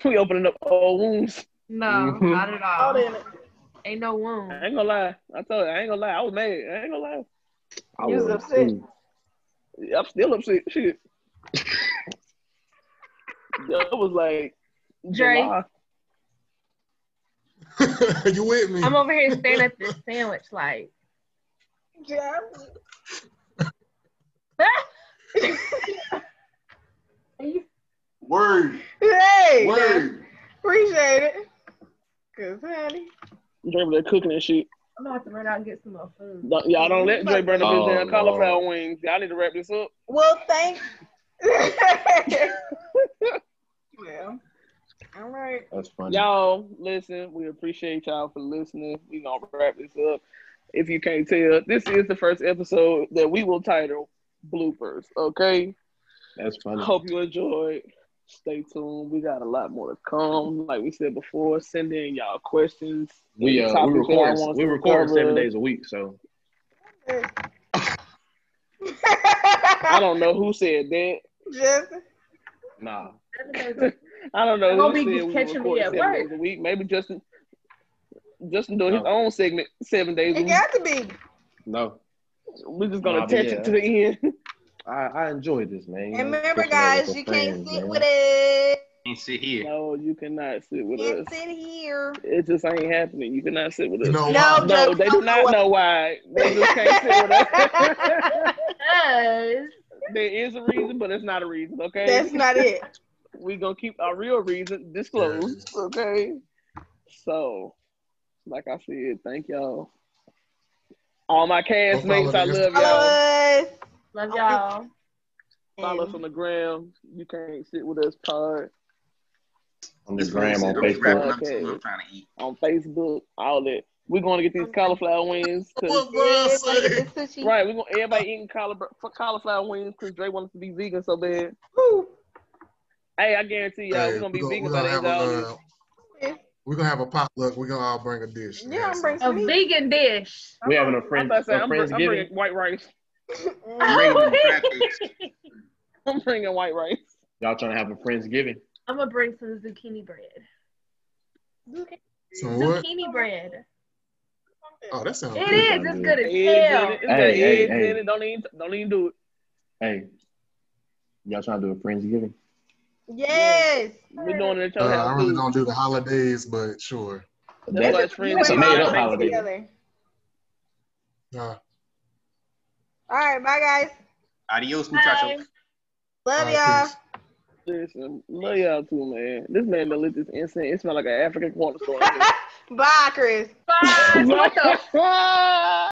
we opening up old wounds.
No,
Mhm.
Mm-hmm.
not at
All
all.
in <laughs> it.
Ain't no wound.
I ain't gonna lie. I told you, I ain't gonna lie. I was mad. I ain't gonna lie.
I
You was
was
upset.
too.
I'm still upset.
<laughs>
Shit. that was like
Dre.
July.
<laughs> you with me?
I'm over here staring at this sandwich like. <laughs>
Yeah.
Word.
Hey, now,
Word.
appreciate it. Cause honey,
Dre was there cooking and shit.
I'm gonna have to run out and get some more
<laughs>
food.
Don't- y'all don't let Dre burn up his
Oh,
damn cauliflower
Lord.
wings. Y'all need to wrap this up.
well, thank. well, all right.
That's funny.
Y'all, listen, we appreciate y'all for listening. We gonna wrap this up. If you can't tell, this is the first episode that we will title bloopers. Okay.
That's funny.
Hope you enjoyed. Stay tuned. We got a lot more to come. Like we said before, send in y'all questions.
We
any
uh,
topics
we
y'all
record
want us
we
to
record
cover.
seven days a week. So
I don't know who said that.
<laughs> Just
nah,
I don't know.
I'm gonna
who
be
said we
catching me
record
at
seven
work.
days a week. Maybe Justin. Justin doing his
No.
own segment seven days a
it
week.
got to be.
no.
We're just gonna
Nah, but
attach
yeah.
it to the end. <laughs>
I I enjoy this man. You
And
know,
remember,
catching up with
guys,
some
you can't
friends,
sit
man.
with it.
Can't sit here.
No, you cannot sit with
Can't
us.
sit here.
It just ain't happening. You cannot sit with us.
You know
No,
<laughs>
why?
No,
Joe,
they
you
do
don't
not
what-
know why. They just can't sit with
<laughs>
us.
Cause
there is a reason, but it's not a reason. Okay,
That's not it.
we gonna keep our real reason disclosed. Okay, so like I said, thank y'all. All my
Go follow
castmates,
the
I love
Instagram.
Follow
y'all.
us.
love y'all.
Follow us on the gram. You can't sit with us pod
On the
That's
gram
what
on
I'm saying. I'm
Facebook.
wrapping up too. I'm trying to eat.
on Facebook. All that. We're gonna get these cauliflower wings. 'cause-
What Brian
Yeah, gotta
say?
get the sushi.
right, we're gonna everybody eating cauliflower, cauliflower wings because Dre wants to be vegan so bad.
Woo.
Hey, I guarantee y'all
Hey,
we're gonna be
we gonna- we
vegan by
gonna
the
have
end of all this.
a we're gonna have a potluck. We're gonna all bring a dish.
Yeah, I'm bringing
A
some meat.
vegan dish.
We having a
I'm
friend
about to say,
a
I'm, br- I'm
friendsgiving.
bringing white rice. <laughs>
I'm bringing
Oh,
them crab cakes.
<laughs>
I'm bringing white rice.
Y'all trying to have a friendsgiving?
I'm gonna bring some zucchini bread.
Some what?
Zucchini bread.
Oh, that sounds
It
good.
is. It's good
Eggs
as
in
hell.
it. It's
Hey,
got
hey,
eggs
hey.
in it. Don't even don't even do it.
Hey, y'all trying to do a friendsgiving?
Yes.
We're doing it at
Uh,
your
I
house
really
too.
don't do the holidays, but sure.
That's why
That,
it's
You
friends.
That's a
and
and
made
Brian
up
family.
are
holiday.
together.
Uh,
All right, bye guys.
Adios, muchacho.
Love
All right,
y'all. <laughs>
peace.
Listen, love y'all too, man. This man that lit this incense, it smell like an African corner store.
bye, Chris.
Bye. what the
Bye.